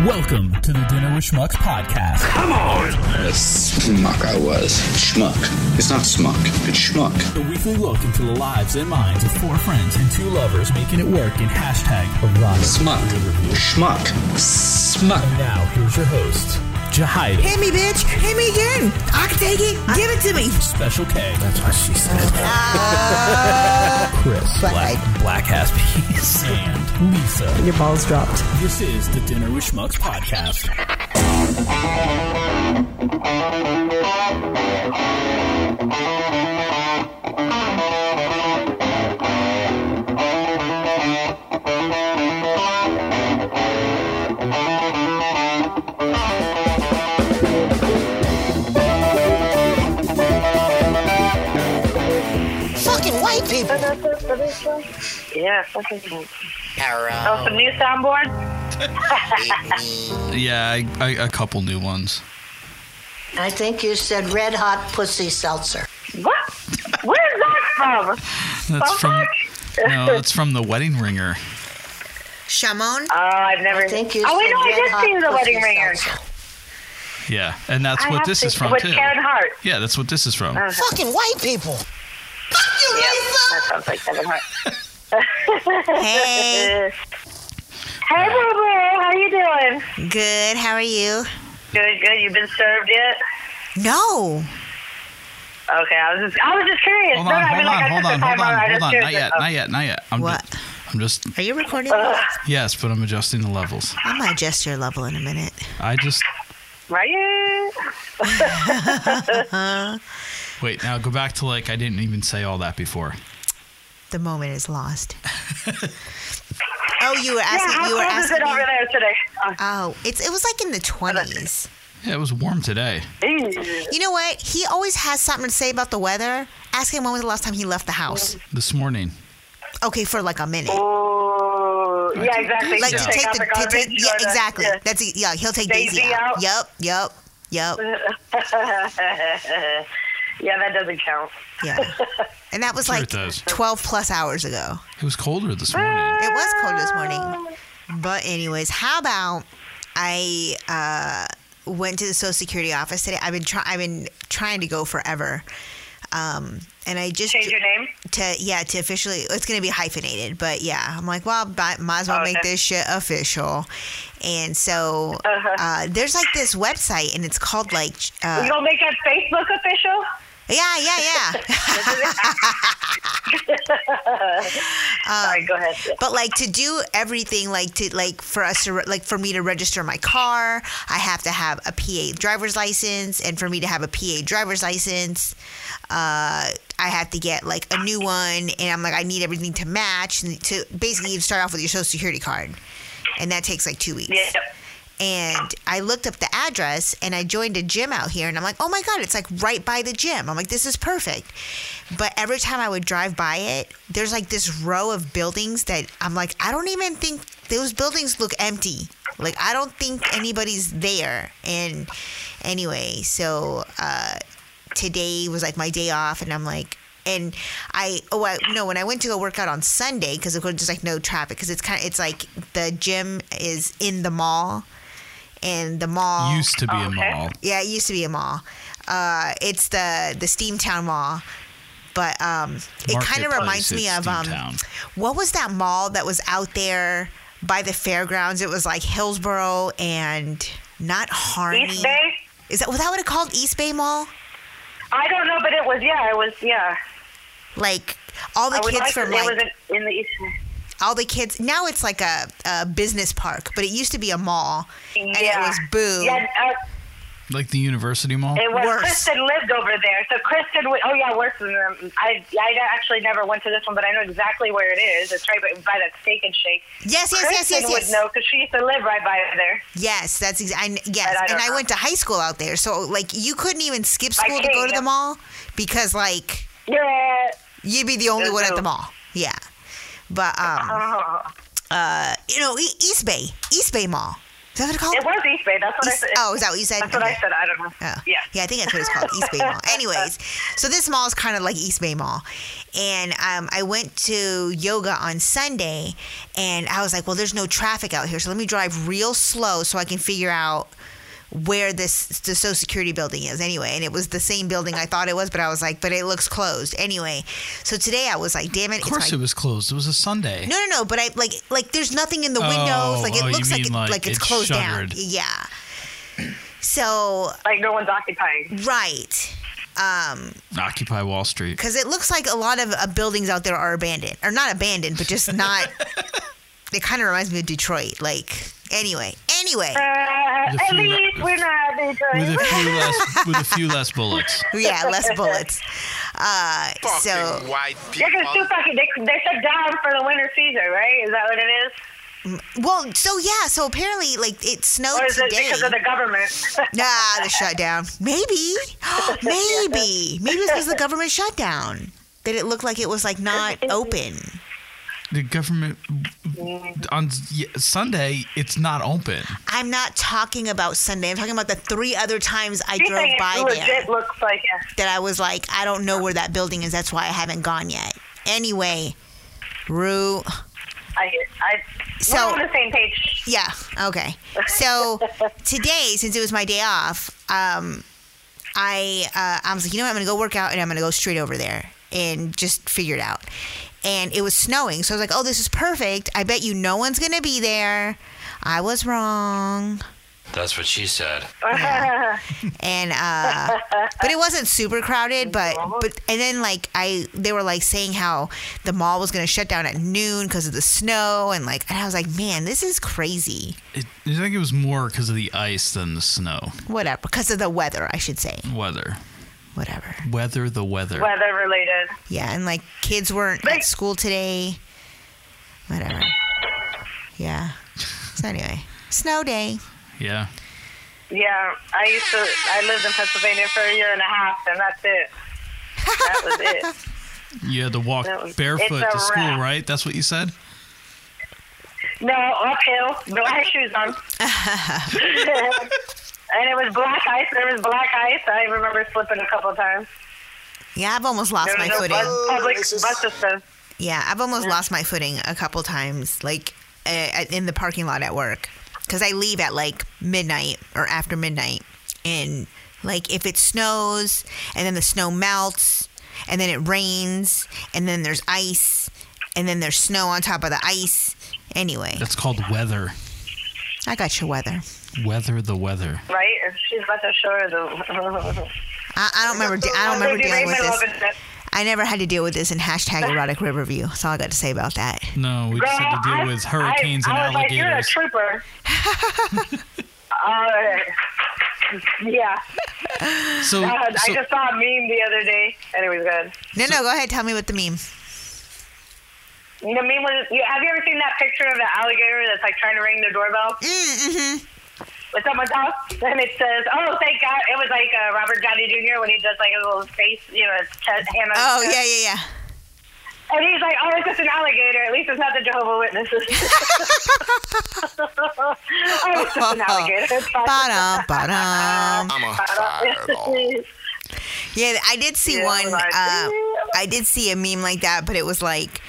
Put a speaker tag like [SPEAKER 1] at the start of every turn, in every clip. [SPEAKER 1] Welcome to the Dinner with Schmucks podcast.
[SPEAKER 2] Come on!
[SPEAKER 3] Schmuck I was. Schmuck. It's not smuck, it's schmuck.
[SPEAKER 1] The weekly look into the lives and minds of four friends and two lovers making it work in hashtag erotic
[SPEAKER 3] Smuck.
[SPEAKER 1] Peer review.
[SPEAKER 3] Schmuck. Smuck.
[SPEAKER 1] And now, here's your host, Jahida,
[SPEAKER 4] Hit me, bitch. Hit me again. I can take it. Give it to me.
[SPEAKER 1] Special K. That's what she said.
[SPEAKER 4] Ah.
[SPEAKER 1] Chris,
[SPEAKER 4] Black
[SPEAKER 1] Black,
[SPEAKER 4] Eyed.
[SPEAKER 1] Black Ass Peas, and Lisa.
[SPEAKER 4] Your balls dropped.
[SPEAKER 1] This is the Dinner with Schmucks podcast.
[SPEAKER 5] fucking white people.
[SPEAKER 6] Yeah, fucking.
[SPEAKER 5] Hello.
[SPEAKER 6] Oh, some new soundboard?
[SPEAKER 7] Yeah, I, I, a couple new ones.
[SPEAKER 5] I think you said red hot pussy seltzer.
[SPEAKER 6] What? Where's that from?
[SPEAKER 7] That's
[SPEAKER 6] Oh,
[SPEAKER 7] from
[SPEAKER 6] fuck.
[SPEAKER 7] no, that's from the Wedding Ringer.
[SPEAKER 4] Shamon?
[SPEAKER 6] Oh, I've never.
[SPEAKER 5] I think you
[SPEAKER 6] oh, wait,
[SPEAKER 5] said
[SPEAKER 6] no, I
[SPEAKER 5] red
[SPEAKER 6] did
[SPEAKER 5] hot
[SPEAKER 6] see the
[SPEAKER 5] pussy
[SPEAKER 6] wedding ringer.
[SPEAKER 5] seltzer.
[SPEAKER 7] Yeah, and that's
[SPEAKER 6] I
[SPEAKER 7] what
[SPEAKER 6] have
[SPEAKER 7] this
[SPEAKER 6] to-
[SPEAKER 7] is from
[SPEAKER 6] with
[SPEAKER 7] too.
[SPEAKER 6] Karen Hart.
[SPEAKER 7] Yeah, that's what this is from.
[SPEAKER 5] Fucking white people. Fuck you,
[SPEAKER 6] Yeah,
[SPEAKER 5] Lisa.
[SPEAKER 6] that sounds like Kevin Hart.
[SPEAKER 4] Hey.
[SPEAKER 6] Uh, Hey, boo boo, how you doing?
[SPEAKER 4] Good. How are you?
[SPEAKER 6] Good, good. You been served yet?
[SPEAKER 4] No.
[SPEAKER 6] Okay, I was just, I was just curious.
[SPEAKER 7] Hold
[SPEAKER 6] no,
[SPEAKER 7] on,
[SPEAKER 6] I
[SPEAKER 7] hold on,
[SPEAKER 6] mean, like, I
[SPEAKER 7] hold
[SPEAKER 6] took
[SPEAKER 7] on,
[SPEAKER 6] the time
[SPEAKER 7] hold on,
[SPEAKER 6] out. I
[SPEAKER 7] hold
[SPEAKER 6] just
[SPEAKER 7] on. Not
[SPEAKER 6] curious.
[SPEAKER 7] yet, not yet, not yet. I'm
[SPEAKER 4] What?
[SPEAKER 7] Just, I'm just
[SPEAKER 4] Are you recording?
[SPEAKER 7] yes, but I'm adjusting the levels.
[SPEAKER 4] I might adjust your level in a minute.
[SPEAKER 7] I just
[SPEAKER 6] Right?
[SPEAKER 7] wait. Now go back to like I didn't even say all that before.
[SPEAKER 4] The moment is lost. oh, you were
[SPEAKER 6] Yeah,
[SPEAKER 4] asking.
[SPEAKER 6] how
[SPEAKER 4] you were
[SPEAKER 6] cold is
[SPEAKER 4] asking.
[SPEAKER 6] it over
[SPEAKER 4] me-
[SPEAKER 6] there today? Oh,
[SPEAKER 4] Oh, it's, it was like in the 20s.
[SPEAKER 7] Yeah, it was warm today.
[SPEAKER 6] geez.
[SPEAKER 4] You know what? He always has something to say about the weather. Ask him when was the last time he left the house.
[SPEAKER 7] This morning.
[SPEAKER 4] Okay, for like a minute.
[SPEAKER 6] Ooh, yeah, exactly.
[SPEAKER 4] Like to
[SPEAKER 6] Just
[SPEAKER 7] Yeah.
[SPEAKER 4] take
[SPEAKER 6] out
[SPEAKER 4] the,
[SPEAKER 6] the
[SPEAKER 4] to take,
[SPEAKER 6] garbage
[SPEAKER 4] yeah,
[SPEAKER 6] or the-
[SPEAKER 4] exactly.
[SPEAKER 6] yeah.
[SPEAKER 4] That's it. Yeah, he'll take
[SPEAKER 6] Daisy
[SPEAKER 4] Daisy, out.
[SPEAKER 6] out.
[SPEAKER 4] Yep, yep, yep.
[SPEAKER 6] yeah, that doesn't count.
[SPEAKER 4] Yeah. And that was
[SPEAKER 7] Sure
[SPEAKER 4] like
[SPEAKER 7] it does.
[SPEAKER 4] 12 plus hours ago.
[SPEAKER 7] It was colder this morning.
[SPEAKER 4] It was cold this morning. But, anyways, how about I uh, went to the Social Security office today? I've been, try- I've been trying to go forever. Um, and I just
[SPEAKER 6] Change your name.
[SPEAKER 4] to yeah to officially it's gonna be hyphenated but yeah i'm like well but might as well
[SPEAKER 6] Oh,
[SPEAKER 4] make
[SPEAKER 6] okay.
[SPEAKER 4] this shit official and so
[SPEAKER 6] Uh-huh.
[SPEAKER 4] uh, there's like this website and it's called like uh,
[SPEAKER 6] You gonna make that Facebook official?
[SPEAKER 4] yeah yeah yeah Um,
[SPEAKER 6] Sorry, go ahead.
[SPEAKER 4] but like to do everything like to like for us to re- like for me to register my car i have to have a pa driver's license and for me to have a pa driver's license uh I have to get like a new one, and I'm like, I need everything to match. And to basically, you start off with your social security card, and that takes like two weeks.
[SPEAKER 6] Yeah.
[SPEAKER 4] And I looked up the address and I joined a gym out here and I'm like, oh my God, it's like right by the gym. I'm like, this is perfect. But every time I would drive by it, there's like this row of buildings that I'm like, I don't even think those buildings look empty. Like, I don't think anybody's there. And anyway, so uh, today was like my day off and I'm like, and I oh I, no when I went to go work out on Sunday because of course there's like no traffic because it's kind of it's like the gym is in the mall and the mall
[SPEAKER 7] Used to be a
[SPEAKER 6] Okay.
[SPEAKER 7] mall.
[SPEAKER 4] yeah it used to be a mall uh it's the the Steamtown Mall but um it kind of
[SPEAKER 7] Marketplace
[SPEAKER 4] reminds me
[SPEAKER 7] at
[SPEAKER 4] of um
[SPEAKER 7] Steamtown.
[SPEAKER 4] what was that mall that was out there by the fairgrounds it was like Hillsboro and not Harney
[SPEAKER 6] East Bay?
[SPEAKER 4] is that was that what it called East Bay Mall
[SPEAKER 6] I don't know, but it was yeah, it was yeah.
[SPEAKER 4] like all the
[SPEAKER 6] I would
[SPEAKER 4] kids
[SPEAKER 6] like to
[SPEAKER 4] from
[SPEAKER 6] say it
[SPEAKER 4] like
[SPEAKER 6] was in, in the East. Bay.
[SPEAKER 4] all the kids now it's like a, a business park but it used to be a mall and it
[SPEAKER 6] Yeah.
[SPEAKER 4] was boo
[SPEAKER 6] Yeah, uh,
[SPEAKER 7] Like the University Mall.
[SPEAKER 6] it was.
[SPEAKER 4] Worse.
[SPEAKER 6] Kristen lived over there, so Kristen. w- Oh yeah, worse than them. I I actually never went to this one, but I know exactly where it is. It's right by, by that Steak and Shake.
[SPEAKER 4] yes yes yes
[SPEAKER 6] Kristen
[SPEAKER 4] yes yes
[SPEAKER 6] would know because she used to live right by there.
[SPEAKER 4] yes that's ex- I, yes
[SPEAKER 6] But I
[SPEAKER 4] and
[SPEAKER 6] don't
[SPEAKER 4] i
[SPEAKER 6] know.
[SPEAKER 4] went to high school out there so like you couldn't even skip
[SPEAKER 6] I
[SPEAKER 4] school to go
[SPEAKER 6] can't.
[SPEAKER 4] to the mall because like
[SPEAKER 6] Yeah.
[SPEAKER 4] you'd be the only
[SPEAKER 6] There's
[SPEAKER 4] one at
[SPEAKER 6] no-
[SPEAKER 4] the mall yeah but um uh,
[SPEAKER 6] Oh.
[SPEAKER 4] you know E- east bay east bay mall Is that what it's called?
[SPEAKER 6] It was East Bay. That's what
[SPEAKER 4] East-
[SPEAKER 6] I said.
[SPEAKER 4] oh, is that what you said?
[SPEAKER 6] That's what
[SPEAKER 4] Okay.
[SPEAKER 6] I said. I don't know.
[SPEAKER 4] Oh.
[SPEAKER 6] Yeah.
[SPEAKER 4] Yeah, I think that's what it's called, East Bay Mall. Anyways, so this mall is kind of like East Bay Mall. And um, I went to yoga on Sunday and I was like, well, there's no traffic out here. So let me drive real slow so I can figure out where this the social security building is anyway and it was the same building i thought it was but i was like but it looks closed anyway so today i was like damn it
[SPEAKER 7] Of course,
[SPEAKER 4] it's
[SPEAKER 7] it
[SPEAKER 4] my
[SPEAKER 7] was closed. It was a Sunday.
[SPEAKER 4] no, no, no. But I like like there's nothing in the
[SPEAKER 7] Oh,
[SPEAKER 4] windows. Like it
[SPEAKER 7] oh, you
[SPEAKER 4] looks like,
[SPEAKER 7] mean
[SPEAKER 4] it,
[SPEAKER 7] like
[SPEAKER 4] like it's
[SPEAKER 7] it's
[SPEAKER 4] closed
[SPEAKER 7] shuttered.
[SPEAKER 4] down. Yeah. So
[SPEAKER 6] Like no one's
[SPEAKER 4] Mm.
[SPEAKER 6] occupying.
[SPEAKER 4] right,
[SPEAKER 7] Occupy Wall Street.
[SPEAKER 4] because it looks like a lot of uh, buildings out there are abandoned, or not abandoned, but just not. it kind of reminds me of Detroit. Like anyway, anyway,
[SPEAKER 6] Uh, at
[SPEAKER 7] few-
[SPEAKER 6] least we're not
[SPEAKER 7] With
[SPEAKER 6] Detroit.
[SPEAKER 7] a few less, with a few less bullets.
[SPEAKER 4] yeah, less bullets. Uh,
[SPEAKER 2] Fucking
[SPEAKER 4] so
[SPEAKER 2] white people.
[SPEAKER 6] They're just too fucking. They, they shut down for the winter season, right? Is that what it is?
[SPEAKER 4] well, so yeah, so apparently like it snowed
[SPEAKER 6] Or is it
[SPEAKER 4] Oh, today.
[SPEAKER 6] because of the government?
[SPEAKER 4] Nah, the shutdown. Maybe. Maybe. Maybe it was the government shutdown. That it looked like it was like not open.
[SPEAKER 7] The government on yeah, Sunday, it's not open.
[SPEAKER 4] I'm not talking about Sunday. I'm talking about the three other times I
[SPEAKER 6] You
[SPEAKER 4] drove
[SPEAKER 6] think
[SPEAKER 4] by
[SPEAKER 6] it
[SPEAKER 4] there
[SPEAKER 6] legit looks like yeah.
[SPEAKER 4] that I was like, I don't know where that building is. That's why I haven't gone yet. Anyway, Rue.
[SPEAKER 6] I, I,
[SPEAKER 4] So-
[SPEAKER 6] we're on the same page.
[SPEAKER 4] Yeah. Okay. So today, since it was my day off, um, I uh, I was like, you know what, I'm gonna go work out and I'm gonna go straight over there and just figure it out. And it was snowing, so I was like, oh, this is perfect. I bet you no one's gonna be there. I was wrong.
[SPEAKER 8] That's what she said.
[SPEAKER 4] and uh, but it wasn't super crowded. But but and then like I they were like saying how the mall was gonna shut down at noon because of the snow and like and I was like, man, this is crazy.
[SPEAKER 7] It, I think it was more because of the ice than the snow.
[SPEAKER 4] Whatever, because of the weather, I should say.
[SPEAKER 7] Weather,
[SPEAKER 4] Whatever.
[SPEAKER 7] weather, the weather.
[SPEAKER 6] Weather related.
[SPEAKER 4] Yeah, and like kids weren't at school today. Whatever. Yeah. So anyway, snow day.
[SPEAKER 7] Yeah,
[SPEAKER 6] Yeah, I used to. I lived in Pennsylvania for a year and a half, and that's it. That was it.
[SPEAKER 7] you had to walk
[SPEAKER 6] That was-
[SPEAKER 7] barefoot
[SPEAKER 6] it's a
[SPEAKER 7] to school,
[SPEAKER 6] wrap.
[SPEAKER 7] right? That's what you said.
[SPEAKER 6] No, uphill. No, I had shoes on. and it was black ice. There was black ice. I remember slipping a couple of times.
[SPEAKER 4] Yeah, I've almost lost
[SPEAKER 6] There
[SPEAKER 4] my
[SPEAKER 6] was no
[SPEAKER 4] footing.
[SPEAKER 6] bus, public bus system.
[SPEAKER 4] Yeah, I've almost lost my footing a couple times, like uh, at- in the parking lot at work, because I leave at like midnight or after midnight, and like if it snows and then the snow melts and then it rains and then there's ice and then there's snow on top of the ice. Anyway,
[SPEAKER 7] That's called weather.
[SPEAKER 4] I got your weather.
[SPEAKER 7] Weather, the weather.
[SPEAKER 6] Right? If she's about to show her the.
[SPEAKER 4] I, I don't remember. De- I don't remember dealing with this. I never had to deal with this in hashtag erotic riverview. That's all I got to say about that.
[SPEAKER 7] No, we just had to deal with hurricanes
[SPEAKER 6] I,
[SPEAKER 7] and
[SPEAKER 6] I was like,
[SPEAKER 7] alligators.
[SPEAKER 6] you're a trooper. uh, yeah.
[SPEAKER 7] so,
[SPEAKER 6] God,
[SPEAKER 7] so
[SPEAKER 6] I just saw a meme the other day, and it was good.
[SPEAKER 4] No, no, go ahead. Tell me about the meme. Mm,
[SPEAKER 6] The meme was. You, have you ever seen that picture of the alligator that's like trying to ring the doorbell
[SPEAKER 4] mm-hmm.
[SPEAKER 6] with someone's house? And it says, "Oh, thank God!" It was like uh, Robert Downey Jr. when he does like a little face, you know, his chest, hand on his
[SPEAKER 4] Oh
[SPEAKER 6] chest.
[SPEAKER 4] yeah, yeah, yeah.
[SPEAKER 6] And he's like, "Oh, it's just an alligator. At least it's not the Jehovah Witnesses." oh, it's just an alligator. It's fine.
[SPEAKER 4] Bottom, bottom.
[SPEAKER 2] I'm a fireball.
[SPEAKER 4] Yeah, I did see
[SPEAKER 6] Yeah,
[SPEAKER 4] one.
[SPEAKER 6] like-
[SPEAKER 4] uh, I did see a meme like that, but it was like,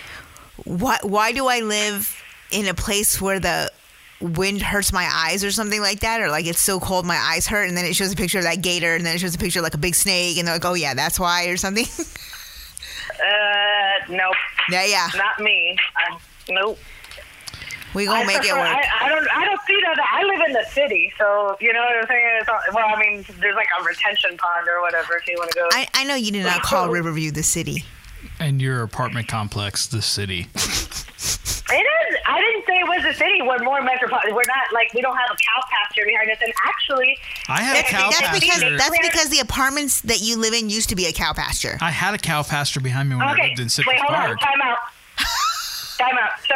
[SPEAKER 4] why? Why do I live in a place where the wind hurts my eyes or something like that or like it's so cold my eyes hurt and then it shows a picture of that gator and then it shows a picture of like a big snake and they're like oh yeah that's why or something
[SPEAKER 6] Uh, nope,
[SPEAKER 4] yeah yeah
[SPEAKER 6] not me. Uh, nope.
[SPEAKER 4] we gonna make it
[SPEAKER 6] prefer-
[SPEAKER 4] work
[SPEAKER 6] I, I don't. I don't see that. I live in the city, so you know what I'm saying. It's all, well, I mean, there's like a retention pond or whatever if you want to go.
[SPEAKER 4] I, I know you did not call Riverview the city.
[SPEAKER 7] and your apartment complex, the city.
[SPEAKER 6] it is. I didn't say it was a city. We're more metropolitan. We're not like we don't have a cow pasture behind us. And actually,
[SPEAKER 7] I had
[SPEAKER 6] That's-
[SPEAKER 7] cow
[SPEAKER 4] That's
[SPEAKER 7] pasture.
[SPEAKER 4] because
[SPEAKER 6] Clear.
[SPEAKER 4] that's because the apartments that you live in used to be a cow pasture.
[SPEAKER 7] I had a cow pasture behind me when I
[SPEAKER 6] okay.
[SPEAKER 7] lived in
[SPEAKER 6] Wait,
[SPEAKER 7] Citrus
[SPEAKER 6] hold
[SPEAKER 7] Park.
[SPEAKER 6] on. Time out. time out. So.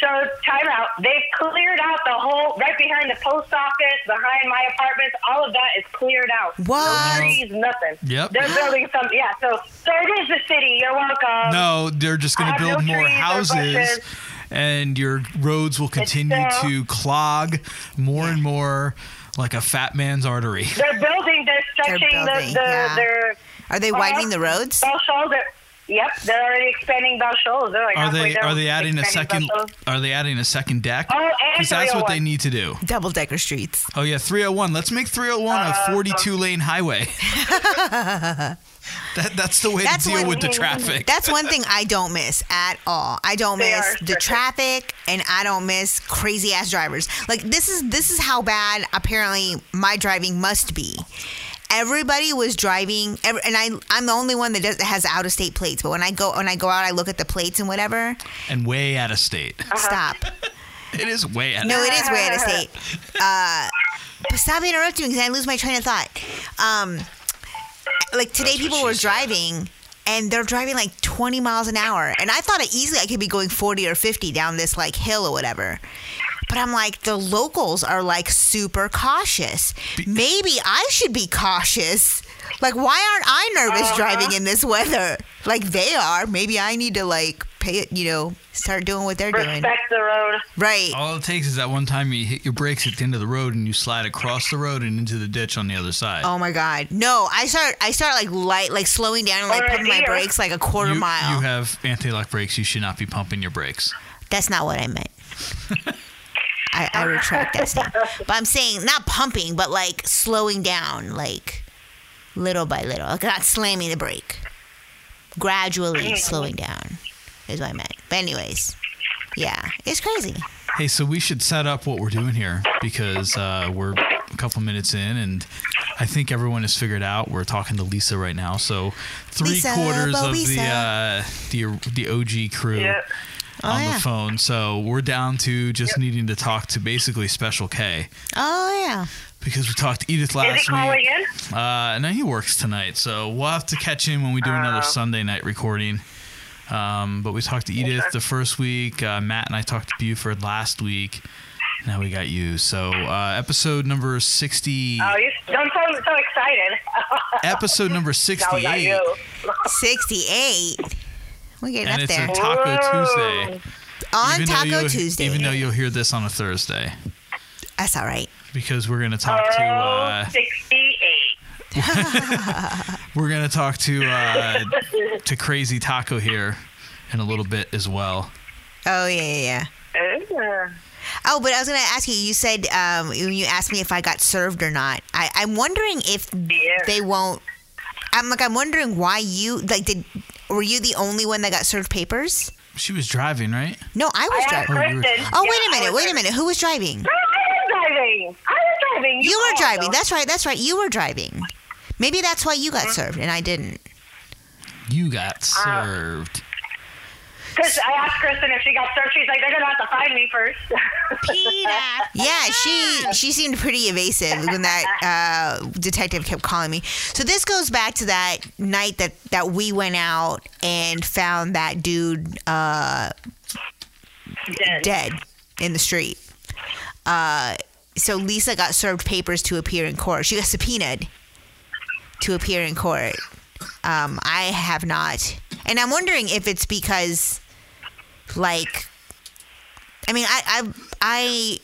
[SPEAKER 6] So time out. They've cleared out the whole right behind the post office, behind my apartments. All of that is cleared out.
[SPEAKER 4] What?
[SPEAKER 6] No trees, nothing.
[SPEAKER 7] Yep.
[SPEAKER 6] They're building some. Yeah. So so it is the city. You're welcome.
[SPEAKER 7] No, they're just going
[SPEAKER 6] I
[SPEAKER 7] to
[SPEAKER 6] have
[SPEAKER 7] build
[SPEAKER 6] no
[SPEAKER 7] more
[SPEAKER 6] trees or
[SPEAKER 7] houses.
[SPEAKER 6] bushes.
[SPEAKER 7] and your roads will continue
[SPEAKER 6] so-
[SPEAKER 7] to clog more and more like a fat man's artery.
[SPEAKER 6] They're building. They're stretching
[SPEAKER 4] building,
[SPEAKER 6] the the
[SPEAKER 4] yeah.
[SPEAKER 6] their.
[SPEAKER 4] Are they
[SPEAKER 6] Uh-huh.
[SPEAKER 4] widening the roads?
[SPEAKER 6] Bell Shoals. Are, yep, they're already expanding Bell Shoals. They're like
[SPEAKER 7] Are
[SPEAKER 6] halfway
[SPEAKER 7] they
[SPEAKER 6] there
[SPEAKER 7] are
[SPEAKER 6] with
[SPEAKER 7] they adding a
[SPEAKER 6] expanding
[SPEAKER 7] second
[SPEAKER 6] Bell Shoals.
[SPEAKER 7] are they adding a second deck?
[SPEAKER 6] Oh, and
[SPEAKER 7] that's what they
[SPEAKER 6] 301.
[SPEAKER 7] need to do.
[SPEAKER 4] Double decker streets.
[SPEAKER 7] Oh yeah, 301. Let's make 301 a 42 lane highway. that, that's the way
[SPEAKER 4] That's
[SPEAKER 7] to deal
[SPEAKER 4] one-
[SPEAKER 7] with the traffic.
[SPEAKER 4] That's one thing I don't miss at all. I don't
[SPEAKER 6] They
[SPEAKER 4] miss
[SPEAKER 6] are
[SPEAKER 4] the
[SPEAKER 6] strict.
[SPEAKER 4] traffic and I don't miss crazy ass drivers. Like this is this is how bad apparently my driving must be. Everybody was driving, every, and I I'm the only one that, does, that has out of state plates. But when I go when I go out, I look at the plates and whatever.
[SPEAKER 6] Uh-huh.
[SPEAKER 7] and way out of state.
[SPEAKER 4] Stop.
[SPEAKER 7] It is way out.
[SPEAKER 4] No,
[SPEAKER 7] of
[SPEAKER 4] it is way out of state. Uh, but stop interrupting me because I lose my train of thought. Um, like today,
[SPEAKER 8] That's what
[SPEAKER 4] people
[SPEAKER 8] she
[SPEAKER 4] were
[SPEAKER 8] said.
[SPEAKER 4] driving and they're driving like 20 miles an hour. And I thought easily I could be going 40 or 50 down this like hill or whatever. But I'm like, the locals are like super cautious. Maybe I should be cautious. Like, why aren't I
[SPEAKER 8] Uh-huh.
[SPEAKER 4] nervous driving in this weather? Like, they are. Maybe I need to like pay it, you know, start doing what they're doing.
[SPEAKER 6] Respect the road.
[SPEAKER 4] Right.
[SPEAKER 7] All it takes is that one time you hit your brakes at the end of the road and you slide across the road and into the ditch on the other side.
[SPEAKER 4] Oh my god. No, I start I start like light like slowing down and like
[SPEAKER 6] Or
[SPEAKER 4] putting my
[SPEAKER 6] here.
[SPEAKER 4] brakes like a quarter
[SPEAKER 7] you,
[SPEAKER 4] mile.
[SPEAKER 7] you have anti-lock brakes. You should not be pumping your brakes.
[SPEAKER 4] That's not what I meant. I, I retract that statement. But I'm saying not pumping, but like slowing down, like little by little. Like not slamming the brake. Gradually slowing down is what I meant. But anyways. Yeah. It's crazy.
[SPEAKER 7] Hey, so we should set up what we're doing here because uh, we're a couple minutes in, and I think everyone has figured out we're talking to Lisa right now. So three
[SPEAKER 4] Lisa,
[SPEAKER 7] quarters
[SPEAKER 4] but
[SPEAKER 7] of the
[SPEAKER 4] Lisa.
[SPEAKER 7] uh, the the OG crew
[SPEAKER 6] Yeah.
[SPEAKER 7] on
[SPEAKER 4] Oh, yeah.
[SPEAKER 7] the phone. So we're down to just needing to talk to basically Special K
[SPEAKER 4] Oh yeah.
[SPEAKER 7] because we talked to Edith
[SPEAKER 6] Is he
[SPEAKER 7] last
[SPEAKER 6] calling
[SPEAKER 7] week.
[SPEAKER 6] in?
[SPEAKER 7] Uh, no, he works tonight, so we'll have to catch him when we do another Sunday night recording. Um, but we talked to Edith the first week. Uh, Matt and I talked to Buford last week. Now we got you. So uh, episode number sixty,
[SPEAKER 6] Oh, you don't sound so excited.
[SPEAKER 7] episode number
[SPEAKER 6] That was not
[SPEAKER 7] sixty-eight,
[SPEAKER 6] you.
[SPEAKER 4] Sixty eight. We're getting
[SPEAKER 7] and
[SPEAKER 4] up
[SPEAKER 7] it's
[SPEAKER 4] there.
[SPEAKER 7] a Taco
[SPEAKER 6] Whoa.
[SPEAKER 7] Tuesday.
[SPEAKER 4] On
[SPEAKER 7] Even though
[SPEAKER 4] Taco
[SPEAKER 7] you'll-
[SPEAKER 4] Tuesday.
[SPEAKER 7] even though you'll hear this on a Thursday,
[SPEAKER 4] That's all right.
[SPEAKER 7] because we're gonna talk to
[SPEAKER 6] Oh,
[SPEAKER 7] uh,
[SPEAKER 6] 68.
[SPEAKER 7] we're gonna talk to uh, to Crazy Taco here in a little bit as well.
[SPEAKER 4] Oh yeah, yeah, yeah.
[SPEAKER 6] Uh,
[SPEAKER 4] Oh, but I was going to ask you. You said um, when you asked me if I got served or not. I, I'm wondering if
[SPEAKER 6] Yeah.
[SPEAKER 4] they won't. I'm like, I'm wondering why you like did. Were you the only one that got served papers?
[SPEAKER 7] She was driving, right?
[SPEAKER 4] No, I was
[SPEAKER 6] I asked
[SPEAKER 4] driving.
[SPEAKER 7] Oh, you were-
[SPEAKER 6] Kristen.
[SPEAKER 4] Oh, wait
[SPEAKER 6] Yeah,
[SPEAKER 4] a
[SPEAKER 6] I
[SPEAKER 4] minute,
[SPEAKER 6] was
[SPEAKER 4] wait a
[SPEAKER 6] driving.
[SPEAKER 4] minute. Who was driving?
[SPEAKER 6] No, I was driving. I was driving.
[SPEAKER 4] You were
[SPEAKER 6] called,
[SPEAKER 4] driving.
[SPEAKER 6] though.
[SPEAKER 4] That's right. That's right. You were driving. Maybe that's why you got served and I didn't.
[SPEAKER 7] You got
[SPEAKER 6] Uh,
[SPEAKER 7] served.
[SPEAKER 6] Because I asked Kristen if she got served. She's like, they're going to have to find me first.
[SPEAKER 4] Yeah,
[SPEAKER 6] Ah.
[SPEAKER 4] she she seemed pretty evasive when that uh, detective kept calling me. So this goes back to that night that that we went out and found that dude uh,
[SPEAKER 6] Dead.
[SPEAKER 4] dead in the street. Uh, so Lisa got served papers to appear in court. She got subpoenaed to appear in court. Um, I have not, and I'm wondering if it's because, like, I mean, I, I, I,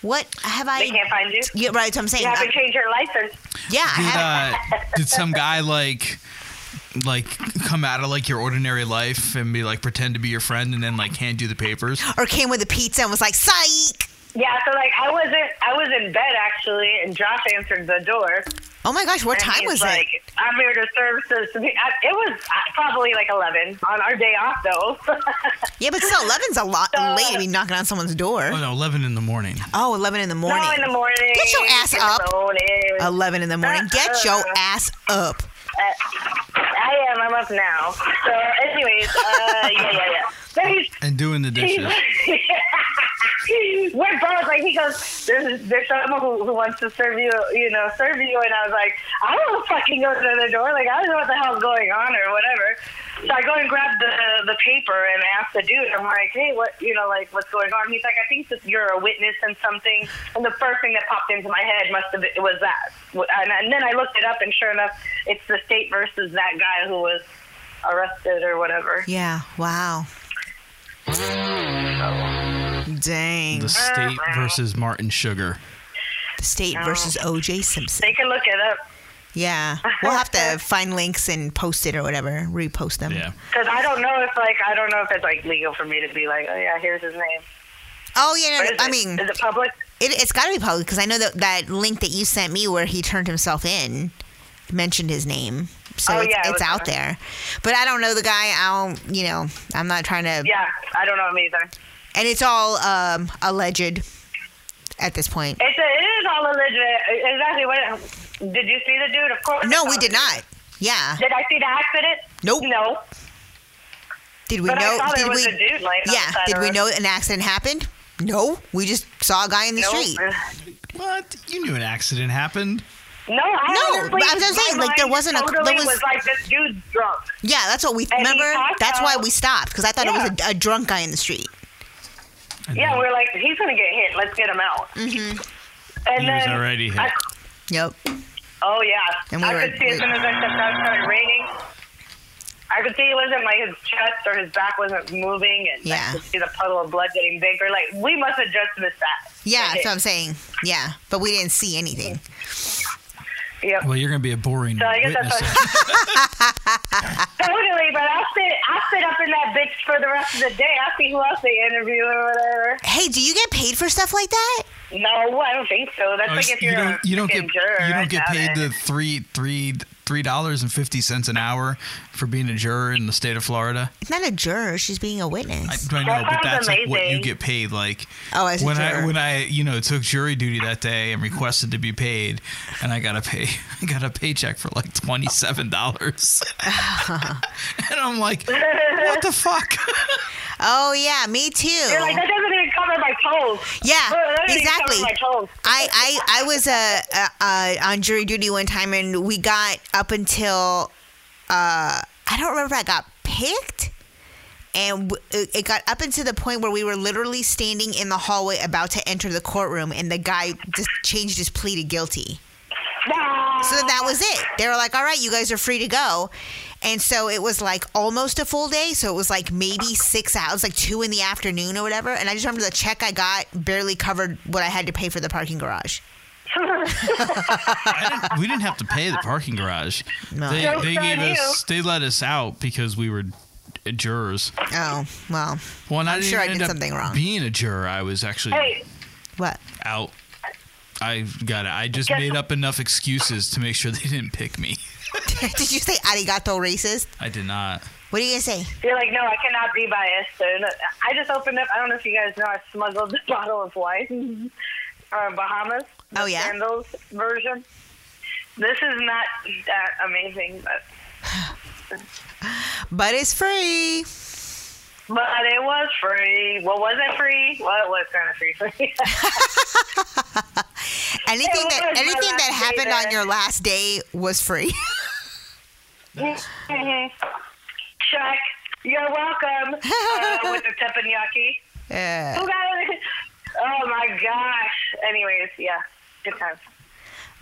[SPEAKER 4] what have I?
[SPEAKER 6] They can't find you.
[SPEAKER 4] Yeah, right. So I'm saying,
[SPEAKER 6] You haven't
[SPEAKER 4] I,
[SPEAKER 6] changed your license.
[SPEAKER 4] yeah, I
[SPEAKER 7] did
[SPEAKER 4] haven't.
[SPEAKER 7] uh, did some guy like like come out of like your ordinary life and be like pretend to be your friend and then like hand you the papers?
[SPEAKER 4] or came with a pizza and was like, "Psych!"
[SPEAKER 6] Yeah, so like I wasn't I was in bed actually and Josh answered the door.
[SPEAKER 4] Oh my gosh, what
[SPEAKER 6] and
[SPEAKER 4] time
[SPEAKER 6] he's
[SPEAKER 4] was
[SPEAKER 6] like,
[SPEAKER 4] it?
[SPEAKER 6] I'm here to serve so so we- I- it was uh, probably like eleven on our day off though.
[SPEAKER 4] Yeah, but still, eleven's a lot
[SPEAKER 6] So-
[SPEAKER 4] late to be knocking on someone's door.
[SPEAKER 7] Oh no, eleven in the morning.
[SPEAKER 4] Oh, 11 in the morning.
[SPEAKER 6] No, in the morning.
[SPEAKER 4] Get your ass
[SPEAKER 6] in
[SPEAKER 4] up. Uh,
[SPEAKER 6] The morning. Uh,
[SPEAKER 4] 11 in the morning.
[SPEAKER 6] Uh-uh.
[SPEAKER 4] Get your ass up.
[SPEAKER 6] I am. I'm up now. So, anyways, uh, yeah, yeah, yeah. So he's,
[SPEAKER 7] And doing the dishes.
[SPEAKER 6] he's we're both like he goes. There's there's someone who, who wants to serve you, you know, serve you. And I was like, I don't fucking go to the door. Like I don't know what the hell's going on or whatever. So I go and grab the the paper and ask the dude. I'm like, hey, what you know, like what's going on? He's like, I think that you're a witness in something. And the first thing that popped into my head must have been, was that. And, and then I looked it up, and sure enough, it's the state versus that guy who was arrested or whatever.
[SPEAKER 4] Yeah, wow.
[SPEAKER 8] that one.
[SPEAKER 4] Dang.
[SPEAKER 7] The
[SPEAKER 4] The
[SPEAKER 7] state versus Martin Sugar.
[SPEAKER 4] state versus OJ Simpson.
[SPEAKER 6] They can look it up
[SPEAKER 4] Yeah. We'll have to find links and post it or whatever, repost them.
[SPEAKER 7] Yeah.
[SPEAKER 6] because I don't know if like I don't know if it's like legal for me to be like, oh yeah, here's his name.
[SPEAKER 4] Oh, yeah.
[SPEAKER 6] But
[SPEAKER 4] No,
[SPEAKER 6] is
[SPEAKER 4] I
[SPEAKER 6] it-
[SPEAKER 4] mean,
[SPEAKER 6] is it public?
[SPEAKER 4] It, it's got to be public because I know that that link that you sent me where he turned himself in mentioned his name, so
[SPEAKER 6] Oh,
[SPEAKER 4] it's,
[SPEAKER 6] yeah,
[SPEAKER 4] it's
[SPEAKER 6] it was
[SPEAKER 4] out
[SPEAKER 6] there.
[SPEAKER 4] there. But I don't know the guy. I don't, you know, I'm not trying to.
[SPEAKER 6] Yeah, I don't know him either.
[SPEAKER 4] And it's all um, alleged at this point.
[SPEAKER 6] It's a, it is all illegitimate. Exactly. What did you see the dude? Of course.
[SPEAKER 4] No,
[SPEAKER 6] it's
[SPEAKER 4] we
[SPEAKER 6] all
[SPEAKER 4] did not. Yeah.
[SPEAKER 6] Did I see the accident?
[SPEAKER 4] Nope.
[SPEAKER 6] No.
[SPEAKER 4] Did we
[SPEAKER 6] But I
[SPEAKER 4] know?
[SPEAKER 6] saw there
[SPEAKER 4] Did
[SPEAKER 6] was
[SPEAKER 4] we?
[SPEAKER 6] a dude laying
[SPEAKER 4] yeah.
[SPEAKER 6] outside
[SPEAKER 4] Did
[SPEAKER 6] the
[SPEAKER 4] we
[SPEAKER 6] road.
[SPEAKER 4] know an accident happened? No. We just saw a guy in the
[SPEAKER 6] No.
[SPEAKER 4] street.
[SPEAKER 7] What? You knew an accident happened.
[SPEAKER 6] No, I
[SPEAKER 4] No,
[SPEAKER 6] honestly,
[SPEAKER 4] but I was just
[SPEAKER 6] my
[SPEAKER 4] saying, like, there
[SPEAKER 6] mind
[SPEAKER 4] wasn't a- there
[SPEAKER 6] totally
[SPEAKER 4] was-
[SPEAKER 6] like this dude's drunk.
[SPEAKER 4] Yeah, that's what we
[SPEAKER 6] And he
[SPEAKER 4] remember.
[SPEAKER 6] talked
[SPEAKER 4] That's why
[SPEAKER 6] about-
[SPEAKER 4] we stopped because I thought it was a, a drunk guy in the street.
[SPEAKER 6] Yeah,
[SPEAKER 4] Mm-hmm.
[SPEAKER 6] we're like, he's gonna get hit. Let's get him out. Mm-hmm. And
[SPEAKER 7] He was
[SPEAKER 6] then
[SPEAKER 7] already hit.
[SPEAKER 6] I-
[SPEAKER 4] Yep.
[SPEAKER 6] oh yeah,
[SPEAKER 4] And we
[SPEAKER 6] I
[SPEAKER 4] were-
[SPEAKER 6] could see as
[SPEAKER 4] we-
[SPEAKER 6] soon as I stepped out, it started raining. I could see it wasn't like his chest or his back wasn't moving, and
[SPEAKER 4] Yeah.
[SPEAKER 6] I could see the puddle of blood getting bigger. Like we must have just missed that.
[SPEAKER 4] Yeah, that's
[SPEAKER 6] Okay.
[SPEAKER 4] what I'm saying. Yeah, but we didn't see anything.
[SPEAKER 6] Yep.
[SPEAKER 7] Well, you're going to be a boring
[SPEAKER 6] So I guess
[SPEAKER 7] witness.
[SPEAKER 6] that's totally. But I'll sit, I'll sit up in that bitch for the rest of the day. I'll see who else they interview or whatever.
[SPEAKER 4] Hey, do you get paid for stuff like that?
[SPEAKER 6] No, I don't think so. That's
[SPEAKER 7] Oh,
[SPEAKER 6] like if
[SPEAKER 7] you
[SPEAKER 6] you're
[SPEAKER 7] don't,
[SPEAKER 6] a
[SPEAKER 7] you don't get
[SPEAKER 6] freaking juror.
[SPEAKER 7] you
[SPEAKER 6] I
[SPEAKER 7] don't get
[SPEAKER 6] doubt
[SPEAKER 7] paid
[SPEAKER 6] it.
[SPEAKER 7] the three three three dollars and fifty cents an hour for being a juror in the state of Florida.
[SPEAKER 4] It's not a juror. She's being a
[SPEAKER 7] I,
[SPEAKER 4] witness.
[SPEAKER 7] I know,
[SPEAKER 6] That
[SPEAKER 7] but
[SPEAKER 6] sounds
[SPEAKER 7] that's like what you
[SPEAKER 6] amazing.
[SPEAKER 7] get paid. Like
[SPEAKER 4] Oh, as a
[SPEAKER 7] when I
[SPEAKER 4] juror.
[SPEAKER 7] when I you know took jury duty that day and requested to be paid, and I got a pay I got a paycheck for like twenty seven dollars, and I'm like, what the fuck?
[SPEAKER 4] oh yeah, me too.
[SPEAKER 6] You're like that doesn't even cover my tolls.
[SPEAKER 4] Yeah,
[SPEAKER 6] Bro, that doesn't
[SPEAKER 4] exactly.
[SPEAKER 6] Even cover my tolls.
[SPEAKER 4] I, I, I was uh, uh, uh, on jury duty one time and we got up until uh, I don't remember if I got picked and w- it it got up into the point where we were literally standing in the hallway about to enter the courtroom and the guy just changed his plea to guilty.
[SPEAKER 6] Nah.
[SPEAKER 4] So that was it. They were like, all right, you guys are free to go. And so it was like almost a full day. So it was like maybe six hours, it was like two in the afternoon or whatever. And I just remember the check I got barely covered what I had to pay for the parking garage.
[SPEAKER 7] I didn't- we didn't have to pay the parking garage.
[SPEAKER 4] No.
[SPEAKER 7] They,
[SPEAKER 6] Jokes
[SPEAKER 7] they
[SPEAKER 6] on
[SPEAKER 7] gave us
[SPEAKER 6] you.
[SPEAKER 7] they let us out because we were jurors.
[SPEAKER 4] Oh, well,
[SPEAKER 7] Well, and I
[SPEAKER 4] I'm
[SPEAKER 7] didn't
[SPEAKER 4] sure I
[SPEAKER 7] end
[SPEAKER 4] did
[SPEAKER 7] up
[SPEAKER 4] something wrong.
[SPEAKER 7] Being a juror, I was actually
[SPEAKER 6] Hey,
[SPEAKER 4] what?
[SPEAKER 7] out. I got it. I just
[SPEAKER 6] Guess-
[SPEAKER 7] made up enough excuses to make sure they didn't pick me.
[SPEAKER 4] did you say arigato racist?
[SPEAKER 7] I did not.
[SPEAKER 4] What are you going to say?
[SPEAKER 6] you're like no, I cannot be biased. So no- I just opened up. I don't know if you guys know. I smuggled a bottle of wine from Bahamas. the
[SPEAKER 4] Oh, yeah?
[SPEAKER 6] Sandals version. This is not that amazing, but
[SPEAKER 4] But it's free.
[SPEAKER 6] but it was free. Well, was it free? Well, it was kind of free. free.
[SPEAKER 4] Anything
[SPEAKER 6] It
[SPEAKER 4] that
[SPEAKER 6] was my
[SPEAKER 4] anything that
[SPEAKER 6] last day
[SPEAKER 4] happened on
[SPEAKER 6] there.
[SPEAKER 4] your last day was free.
[SPEAKER 6] Mhm. Check. You're welcome. Uh, with the teppanyaki.
[SPEAKER 4] Yeah.
[SPEAKER 6] Who got it? Oh my gosh. Anyways, yeah, good times.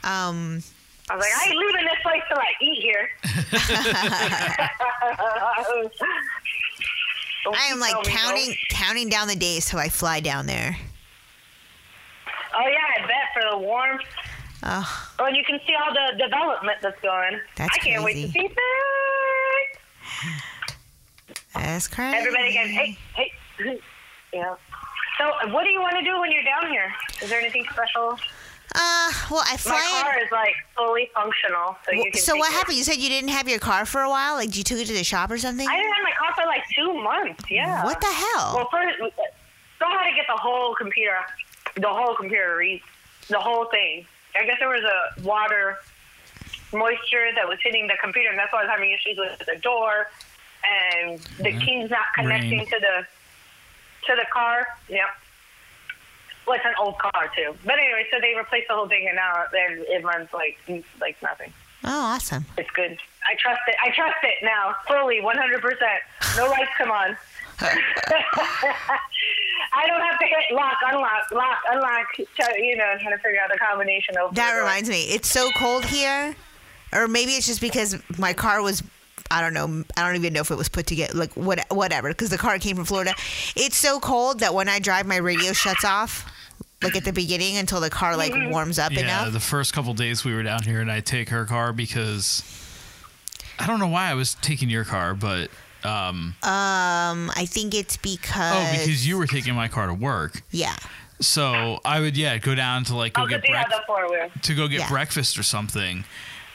[SPEAKER 4] um,
[SPEAKER 6] I was like, I ain't leaving this place till I eat here. Don't
[SPEAKER 4] I am
[SPEAKER 6] you
[SPEAKER 4] like
[SPEAKER 6] tell me
[SPEAKER 4] counting
[SPEAKER 6] no.
[SPEAKER 4] counting down the days till I fly down there.
[SPEAKER 6] Oh yeah, I bet for the warmth.
[SPEAKER 4] Oh.
[SPEAKER 6] Oh, and you can see all the development that's going.
[SPEAKER 4] That's
[SPEAKER 6] I can't wait to
[SPEAKER 4] crazy.
[SPEAKER 6] see that.
[SPEAKER 4] That's crazy.
[SPEAKER 6] Everybody goes, hey, hey. yeah. So, what do you want to do when you're down here? Is there anything special?
[SPEAKER 4] Uh, well, I
[SPEAKER 6] My
[SPEAKER 4] fly.
[SPEAKER 6] car is like fully functional, so you
[SPEAKER 4] in-
[SPEAKER 6] can.
[SPEAKER 4] So
[SPEAKER 6] take
[SPEAKER 4] what
[SPEAKER 6] it.
[SPEAKER 4] happened? You said you didn't have your car for a while. Like, you took it to the shop or something?
[SPEAKER 6] I didn't have my car for like two months. Yeah.
[SPEAKER 4] What the hell?
[SPEAKER 6] Well, first, so I had to get the whole computer, the whole computer re, the whole thing. I guess there was a water moisture that was hitting the computer, and that's why I was having issues with the door and the keys not connecting
[SPEAKER 7] Rain.
[SPEAKER 6] to the to the car. Yep. Well, it's an old car too. But anyway, so they replaced the whole thing, and now then it runs like like nothing.
[SPEAKER 4] oh, awesome.
[SPEAKER 6] It's good. I trust it. I trust it now fully, 100%. No lights come on. I don't have to hit lock, unlock, lock, unlock. Try, you know, trying to figure out the combination of
[SPEAKER 4] That reminds me. It's so cold here, or maybe it's just because my car was I don't know. I don't even know if it was put together. Like what, whatever, because the car came from Florida. It's so cold that when I drive, my radio shuts off. Like at the beginning, until the car like
[SPEAKER 6] Mm-hmm.
[SPEAKER 4] warms up
[SPEAKER 7] yeah,
[SPEAKER 4] enough.
[SPEAKER 7] the first couple days we were down here, and I take her car because I don't know why I was taking your car, but
[SPEAKER 4] Um, I think it's because.
[SPEAKER 7] oh, because you were taking my car to work,
[SPEAKER 4] Yeah.
[SPEAKER 7] so I would yeah go down to like go
[SPEAKER 6] Oh,
[SPEAKER 7] get
[SPEAKER 6] because you have
[SPEAKER 7] breakfast.
[SPEAKER 6] the four wheel.
[SPEAKER 7] to go get
[SPEAKER 4] Yeah.
[SPEAKER 7] breakfast or something.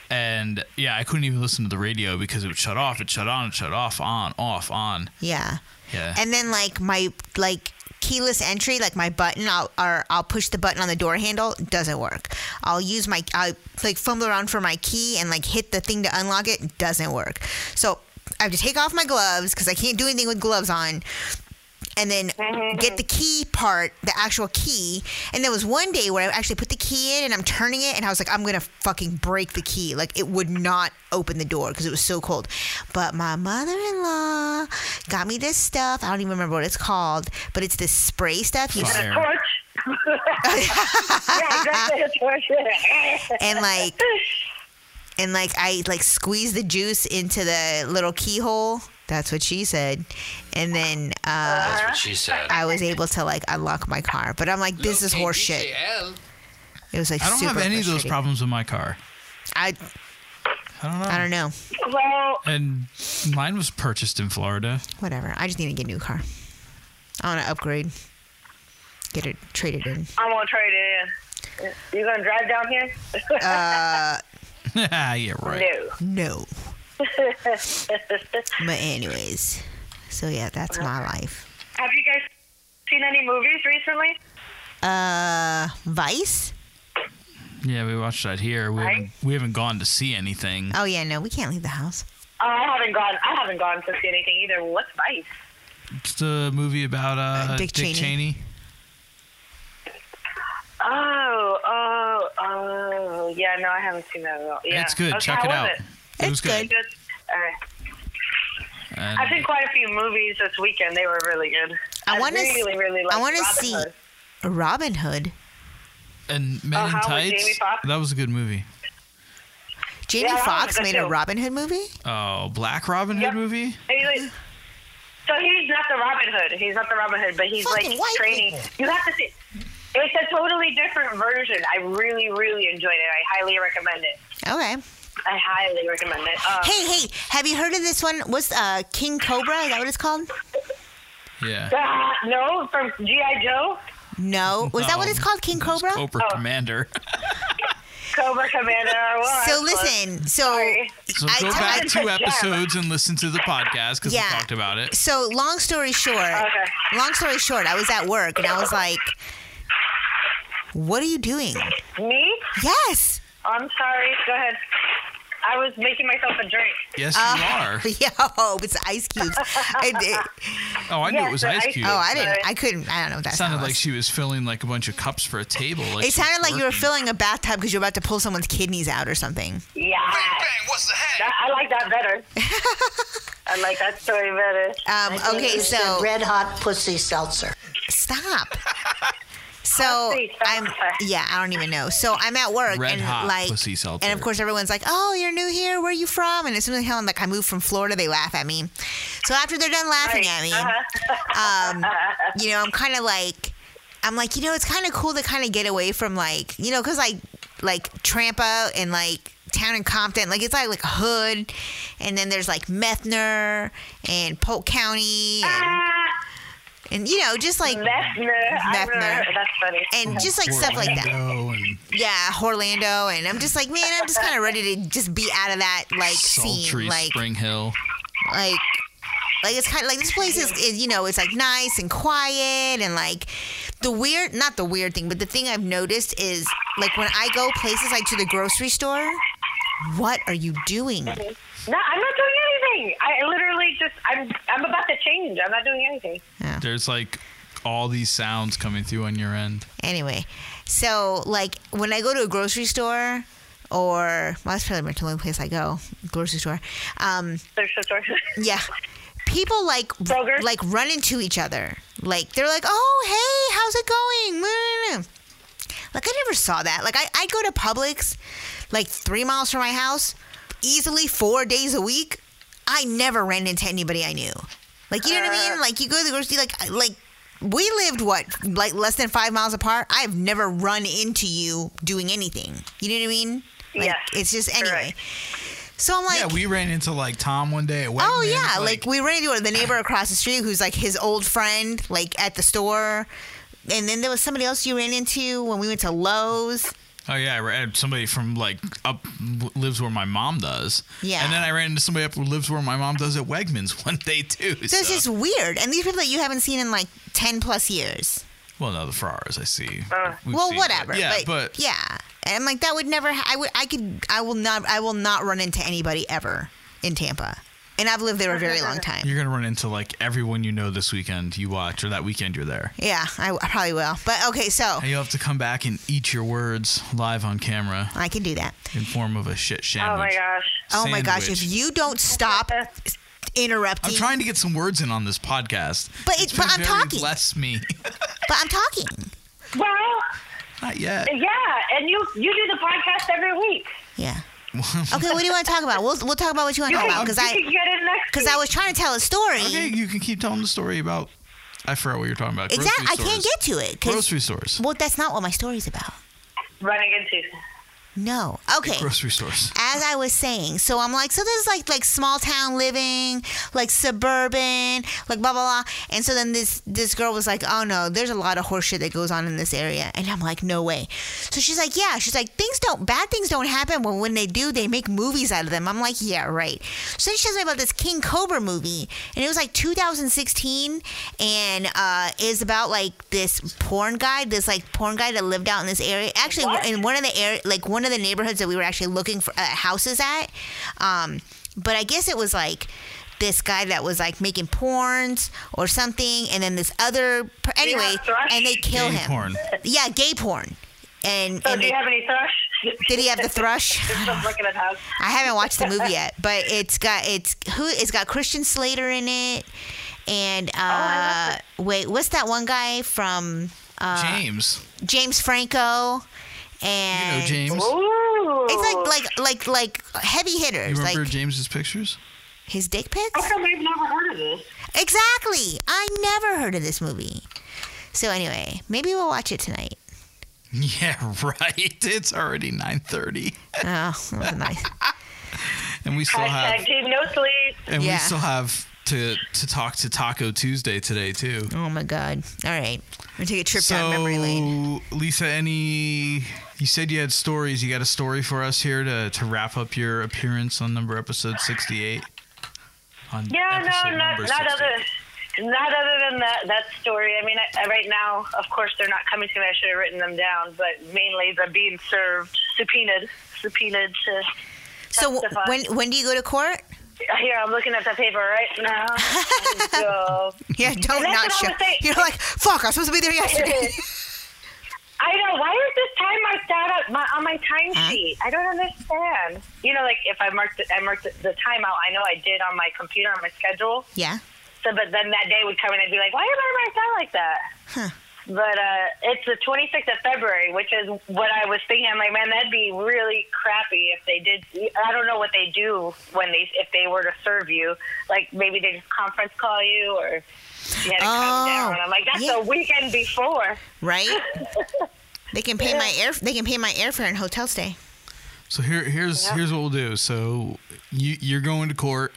[SPEAKER 7] And yeah, I couldn't even listen to the radio because it would shut off, it shut on, it shut off, on, off, on.
[SPEAKER 4] Yeah.
[SPEAKER 7] Yeah.
[SPEAKER 4] And then like my like keyless entry, like my button, I'll or I'll push the button on the door handle, doesn't work. I'll use my I like fumble around for my key and like hit the thing to unlock it, doesn't work. So I have to take off my gloves because I can't do anything with gloves on. And then get the key part, the actual key. And there was one day where I actually put the key in and I'm turning it, and I was like, I'm gonna fucking break the key. Like it would not open the door because it was so cold. But my mother-in-law got me this stuff. I don't even remember what it's called, but it's this spray stuff. You
[SPEAKER 7] Fire.
[SPEAKER 6] Torch. yeah, exactly. A torch.
[SPEAKER 4] and like and like I like squeeze the juice into the little keyhole. That's what she said. And then uh,
[SPEAKER 8] That's what she said.
[SPEAKER 4] I was able to like unlock my car. But I'm like, this is horseshit.
[SPEAKER 8] KDKL.
[SPEAKER 4] It was like
[SPEAKER 7] I don't
[SPEAKER 4] super
[SPEAKER 7] have any of those
[SPEAKER 4] frustrating.
[SPEAKER 7] problems with my car.
[SPEAKER 4] I
[SPEAKER 7] I don't know.
[SPEAKER 4] I don't know.
[SPEAKER 6] well,
[SPEAKER 7] And mine was purchased in Florida.
[SPEAKER 4] Whatever. I just need to get a new car. I want to upgrade. Get it traded in.
[SPEAKER 6] I won't trade it in. You gonna drive down here?
[SPEAKER 7] yeah, right.
[SPEAKER 6] No.
[SPEAKER 4] No. but anyways, so yeah, that's my life.
[SPEAKER 6] Have you guys seen any movies recently?
[SPEAKER 4] Uh, Vice.
[SPEAKER 7] Yeah, we watched that here. We haven't,
[SPEAKER 6] Right.
[SPEAKER 7] we haven't gone to see anything.
[SPEAKER 4] Oh yeah, no, we can't leave the house.
[SPEAKER 6] Oh, I haven't gone. I haven't gone to see anything either. What's Vice?
[SPEAKER 7] It's the movie about uh,
[SPEAKER 4] Uh, Dick
[SPEAKER 7] Dick, Cheney.
[SPEAKER 4] Cheney.
[SPEAKER 6] Oh, oh, oh. Yeah, no, I haven't seen that at all. Yeah.
[SPEAKER 7] It's good.
[SPEAKER 6] Okay,
[SPEAKER 7] Check
[SPEAKER 6] how
[SPEAKER 7] it
[SPEAKER 6] was
[SPEAKER 7] out.
[SPEAKER 6] It?
[SPEAKER 7] It
[SPEAKER 4] It's
[SPEAKER 7] was good.
[SPEAKER 6] Good. All right.
[SPEAKER 7] And
[SPEAKER 6] I've seen uh, quite a few movies this weekend. They were really good.
[SPEAKER 4] I wanna s-
[SPEAKER 6] really, really
[SPEAKER 4] I
[SPEAKER 6] liked
[SPEAKER 4] wanna
[SPEAKER 6] Robin
[SPEAKER 4] see-
[SPEAKER 6] Hood.
[SPEAKER 4] Robin Hood.
[SPEAKER 7] and Men
[SPEAKER 6] Oh,
[SPEAKER 7] in
[SPEAKER 6] how was Jamie
[SPEAKER 7] Tights.
[SPEAKER 6] Foxx?
[SPEAKER 7] That was a good movie.
[SPEAKER 4] Jamie
[SPEAKER 6] Yeah, that was
[SPEAKER 4] Foxx
[SPEAKER 6] good
[SPEAKER 4] made a
[SPEAKER 6] too.
[SPEAKER 4] Robin Hood movie.
[SPEAKER 7] Oh, Black Robin Hood
[SPEAKER 6] Yep.
[SPEAKER 7] movie.
[SPEAKER 6] And he's like- so he's not the Robin Hood. He's not the Robin Hood, but he's
[SPEAKER 4] Fucking
[SPEAKER 6] like
[SPEAKER 4] white
[SPEAKER 6] training. You have to see. It's a totally different version. I really, really enjoyed it. I highly recommend it.
[SPEAKER 4] Okay.
[SPEAKER 6] I highly recommend it. Um,
[SPEAKER 4] Hey, hey, have you heard of this one? What's uh King Cobra? Is that what it's called?
[SPEAKER 7] Yeah.
[SPEAKER 6] uh, no, from G.I. Joe,
[SPEAKER 4] No. Was that what
[SPEAKER 7] No.
[SPEAKER 4] it's called? King Cobra?
[SPEAKER 7] Oprah
[SPEAKER 6] Oh.
[SPEAKER 7] Commander.
[SPEAKER 6] Cobra Commander. Well,
[SPEAKER 4] So
[SPEAKER 6] that's close.
[SPEAKER 4] listen, so
[SPEAKER 6] Sorry.
[SPEAKER 7] So
[SPEAKER 4] I
[SPEAKER 7] go
[SPEAKER 4] t-
[SPEAKER 7] back
[SPEAKER 4] I-
[SPEAKER 7] two
[SPEAKER 6] Yeah.
[SPEAKER 7] episodes and listen to the podcast because
[SPEAKER 4] Yeah.
[SPEAKER 7] we talked about it.
[SPEAKER 4] so long story short,
[SPEAKER 6] Okay.
[SPEAKER 4] long story short, I was at work and I was like, "What are you doing?"
[SPEAKER 6] Me? Oh,
[SPEAKER 4] Yes.
[SPEAKER 6] I'm sorry. Go ahead. I was making myself a drink.
[SPEAKER 7] Yes,
[SPEAKER 4] Uh,
[SPEAKER 7] you are.
[SPEAKER 4] Yo, it's ice cubes. It- it-
[SPEAKER 7] Oh, I knew
[SPEAKER 6] Yes,
[SPEAKER 7] it was
[SPEAKER 6] the
[SPEAKER 7] Ice
[SPEAKER 6] Ice
[SPEAKER 7] Cube.
[SPEAKER 6] Cube.
[SPEAKER 4] oh, I
[SPEAKER 6] Sorry.
[SPEAKER 4] didn't. I couldn't. I don't know what that
[SPEAKER 7] It sounded
[SPEAKER 4] sound
[SPEAKER 7] like
[SPEAKER 4] was.
[SPEAKER 7] she was filling like a bunch of cups for a table. Like
[SPEAKER 4] It
[SPEAKER 7] she was
[SPEAKER 4] sounded like you were
[SPEAKER 7] working.
[SPEAKER 4] filling a bathtub because you're about to pull someone's kidneys out or something.
[SPEAKER 6] Yeah.
[SPEAKER 8] what's the heck?
[SPEAKER 6] That, I like that better. I like that story better.
[SPEAKER 4] Um,
[SPEAKER 5] I think
[SPEAKER 4] okay,
[SPEAKER 5] you said
[SPEAKER 4] so
[SPEAKER 5] Red Hot Pussy Seltzer.
[SPEAKER 4] stop. So
[SPEAKER 6] Pussy
[SPEAKER 4] I'm
[SPEAKER 6] seltzer.
[SPEAKER 4] yeah, I don't even know. So I'm at work
[SPEAKER 7] Red
[SPEAKER 4] and
[SPEAKER 7] hot
[SPEAKER 4] like
[SPEAKER 7] pussy seltzer.
[SPEAKER 4] and of course everyone's like, "Oh, you're new here. Where are you from?" And as soon as I'm like I moved from Florida, they laugh at me. So after they're done laughing at me, um, you know, I'm kind of like I'm like, you know, it's kind of cool to kind of get away from like, you know, cuz like like Trampa and like Town and Compton, like it's like like Hood, and then there's like Methner and Polk County, and,
[SPEAKER 6] Ah,
[SPEAKER 4] and you know, just like
[SPEAKER 6] Methner. I remember-
[SPEAKER 4] Methner.
[SPEAKER 6] That's funny.
[SPEAKER 4] and just like stuff like that.
[SPEAKER 7] Orlando and
[SPEAKER 4] Yeah, Orlando, and I'm just like, man, I'm just kind of ready to just be out of that like
[SPEAKER 7] sultry
[SPEAKER 4] scene, like
[SPEAKER 7] Spring Hill.
[SPEAKER 4] like like it's kind of like this place is, is you know it's like nice and quiet and like the weird not the weird thing but the thing i've noticed is like when i go places like to the grocery store what are you doing
[SPEAKER 6] No, I'm not doing anything. I literally just I'm I'm about to change. I'm not doing anything.
[SPEAKER 7] There's like all these sounds coming through on your end.
[SPEAKER 4] anyway so like when i go to a grocery store or well, that's probably the only place i go grocery store um
[SPEAKER 6] There's just
[SPEAKER 4] Yeah. People like
[SPEAKER 6] Kroger?
[SPEAKER 4] like run into each other. Like they're like, "Oh, hey, how's it going?" Blah, blah, blah. Like I never saw that. Like I, I go to Publix, like three miles from my house, easily four days a week. I never ran into anybody I knew. Like you know what I
[SPEAKER 6] Uh.
[SPEAKER 4] mean? Like you go to the grocery, like like we lived what like less than five miles apart. I've never run into you doing anything. You know what I mean? Like,
[SPEAKER 6] Yeah.
[SPEAKER 4] It's just anyway.
[SPEAKER 6] Right.
[SPEAKER 4] So I'm like,
[SPEAKER 7] yeah, we ran into like Tom one day at Wegmans.
[SPEAKER 4] Oh yeah, like, we ran into the neighbor across the street who's like his old friend, like at the store, and then there was somebody else you ran into when we went to Lowe's.
[SPEAKER 7] Oh yeah, I ran somebody from like up lives where my mom does.
[SPEAKER 4] Yeah.
[SPEAKER 7] and then I ran into somebody up who lives where my mom does at Wegmans one day too.
[SPEAKER 4] So it's just weird, and these people that you haven't seen in like ten plus years.
[SPEAKER 7] well, no, the Ferraris I see.
[SPEAKER 6] Uh,
[SPEAKER 7] We've
[SPEAKER 4] well,
[SPEAKER 7] seen,
[SPEAKER 4] whatever.
[SPEAKER 7] But, yeah,
[SPEAKER 4] but, yeah, and I'm like that would never. Ha- I would. I could. I will not. I will not run into anybody ever in Tampa, and I've lived there a very long time.
[SPEAKER 7] you're gonna run into like everyone you know this weekend you watch or that weekend you're there.
[SPEAKER 4] Yeah, I, I probably will. But okay, so
[SPEAKER 7] And you'll have to come back and eat your words live on camera
[SPEAKER 4] I can do that.
[SPEAKER 7] in form of a shit
[SPEAKER 6] Oh
[SPEAKER 7] sandwich.
[SPEAKER 6] my gosh.
[SPEAKER 4] Oh my gosh, if
[SPEAKER 7] Sandwich.
[SPEAKER 4] you don't stop interrupting,
[SPEAKER 7] I'm trying to get some words in on this podcast.
[SPEAKER 4] But it- but
[SPEAKER 7] been
[SPEAKER 4] I'm
[SPEAKER 7] very
[SPEAKER 4] talking.
[SPEAKER 7] Bless me.
[SPEAKER 4] but I'm talking.
[SPEAKER 6] Well,
[SPEAKER 7] Not yet.
[SPEAKER 6] yeah, and you you do the podcast every week.
[SPEAKER 4] Yeah. okay, what do you want to talk about? We'll we'll talk about what you want to
[SPEAKER 6] You
[SPEAKER 4] talk
[SPEAKER 6] can-
[SPEAKER 4] about because
[SPEAKER 6] you can
[SPEAKER 4] Oh, I
[SPEAKER 6] get it next
[SPEAKER 4] because I was trying to tell a story.
[SPEAKER 7] Okay, you can keep telling the story about. I forgot what you're talking about.
[SPEAKER 4] Exactly, I
[SPEAKER 7] Grocery
[SPEAKER 4] can't
[SPEAKER 7] stores.
[SPEAKER 4] get to it. 'cause-
[SPEAKER 7] grocery stores.
[SPEAKER 4] Well, that's not what my story's about.
[SPEAKER 6] running into.
[SPEAKER 4] No. Okay.
[SPEAKER 7] Grocery stores.
[SPEAKER 4] As I was saying, so I'm like, so this is like like small town living, like suburban, like blah blah blah. And so then this this girl was like, oh no, there's a lot of horseshit that goes on in this area. And I'm like, no way. So she's like, yeah. She's like, things don't bad things don't happen, but when they do, they make movies out of them. I'm like, yeah, right. So then she tells me about this King Cobra movie, and it was like 2016, and uh, is about like this porn guy, this like porn guy that lived out in this area. Actually,
[SPEAKER 6] What?
[SPEAKER 4] in one of the air, like one of the neighborhoods that we were actually looking for uh, houses at. Um, but I guess it was like this guy that was like making porns or something, and then this other per- anyway,
[SPEAKER 6] thrush?
[SPEAKER 4] and they kill
[SPEAKER 7] Gay
[SPEAKER 4] him.
[SPEAKER 7] porn.
[SPEAKER 4] Yeah, gay porn. And,
[SPEAKER 6] So
[SPEAKER 4] and
[SPEAKER 6] do you
[SPEAKER 4] they-
[SPEAKER 6] have any thrush?
[SPEAKER 4] did he have the thrush?
[SPEAKER 6] I'm looking at house.
[SPEAKER 4] I haven't watched the movie yet, but it's got it's who it's got Christian Slater in it, and uh,
[SPEAKER 6] Oh, I
[SPEAKER 4] wait, what's that one guy from
[SPEAKER 7] James.
[SPEAKER 4] James Franco?
[SPEAKER 7] You
[SPEAKER 4] And
[SPEAKER 7] know James.
[SPEAKER 6] Ooh.
[SPEAKER 4] It's like like like like heavy
[SPEAKER 7] You
[SPEAKER 4] hitters,
[SPEAKER 7] remember
[SPEAKER 4] like
[SPEAKER 7] James's pictures?
[SPEAKER 4] his dick pics.
[SPEAKER 6] How come we've never heard of this?
[SPEAKER 4] Exactly. I never heard of this movie. So anyway, maybe we'll watch it tonight.
[SPEAKER 7] Yeah, right. It's already 9:30,
[SPEAKER 4] Oh, that was nice.
[SPEAKER 7] and we still
[SPEAKER 6] Hashtag
[SPEAKER 7] have
[SPEAKER 6] team no sleep.
[SPEAKER 7] and
[SPEAKER 4] Yeah.
[SPEAKER 7] we still have to to talk to Taco Tuesday today too.
[SPEAKER 4] Oh my god. All right, we're gonna take a trip down memory lane.
[SPEAKER 7] So, Lisa, any you said you had stories. You got a story for us here to to wrap up your appearance on number episode 68. On
[SPEAKER 6] Yeah,
[SPEAKER 7] episode
[SPEAKER 6] no, not,
[SPEAKER 7] number
[SPEAKER 6] not
[SPEAKER 7] 68.
[SPEAKER 6] other. Not other than that, that story. I mean, I, right now, of course, they're not coming to me. I should have written them down, but mainly they're being served, subpoenaed, subpoenaed to.
[SPEAKER 4] So
[SPEAKER 6] testify.
[SPEAKER 4] when when do you go to court?
[SPEAKER 6] Here, I'm looking at the paper right now. so,
[SPEAKER 4] Yeah, don't
[SPEAKER 6] that's
[SPEAKER 4] not
[SPEAKER 6] what I
[SPEAKER 4] show.
[SPEAKER 6] was saying.
[SPEAKER 4] You're like, fuck, I was supposed to be there yesterday.
[SPEAKER 6] I know. Why is this time marked out on my, on my timesheet? I don't understand. You know, like if I marked it, I marked it- the time out. I know I did on my computer on my schedule.
[SPEAKER 4] yeah.
[SPEAKER 6] So, but then that day would come and I'd be like, why am I marked out like that? But uh, it's the 26th of February, which is what I was thinking. I'm like, man, that'd be really crappy if they did. e-" I don't know what they do when they if they were to serve you. Like maybe they just conference call you or you had to
[SPEAKER 4] Oh,
[SPEAKER 6] come down. I'm like, that's
[SPEAKER 4] yeah.
[SPEAKER 6] the weekend before.
[SPEAKER 4] Right. they can pay my air. They can pay my airfare and hotel stay.
[SPEAKER 7] So here, here's here's what we'll do. So you you're going to court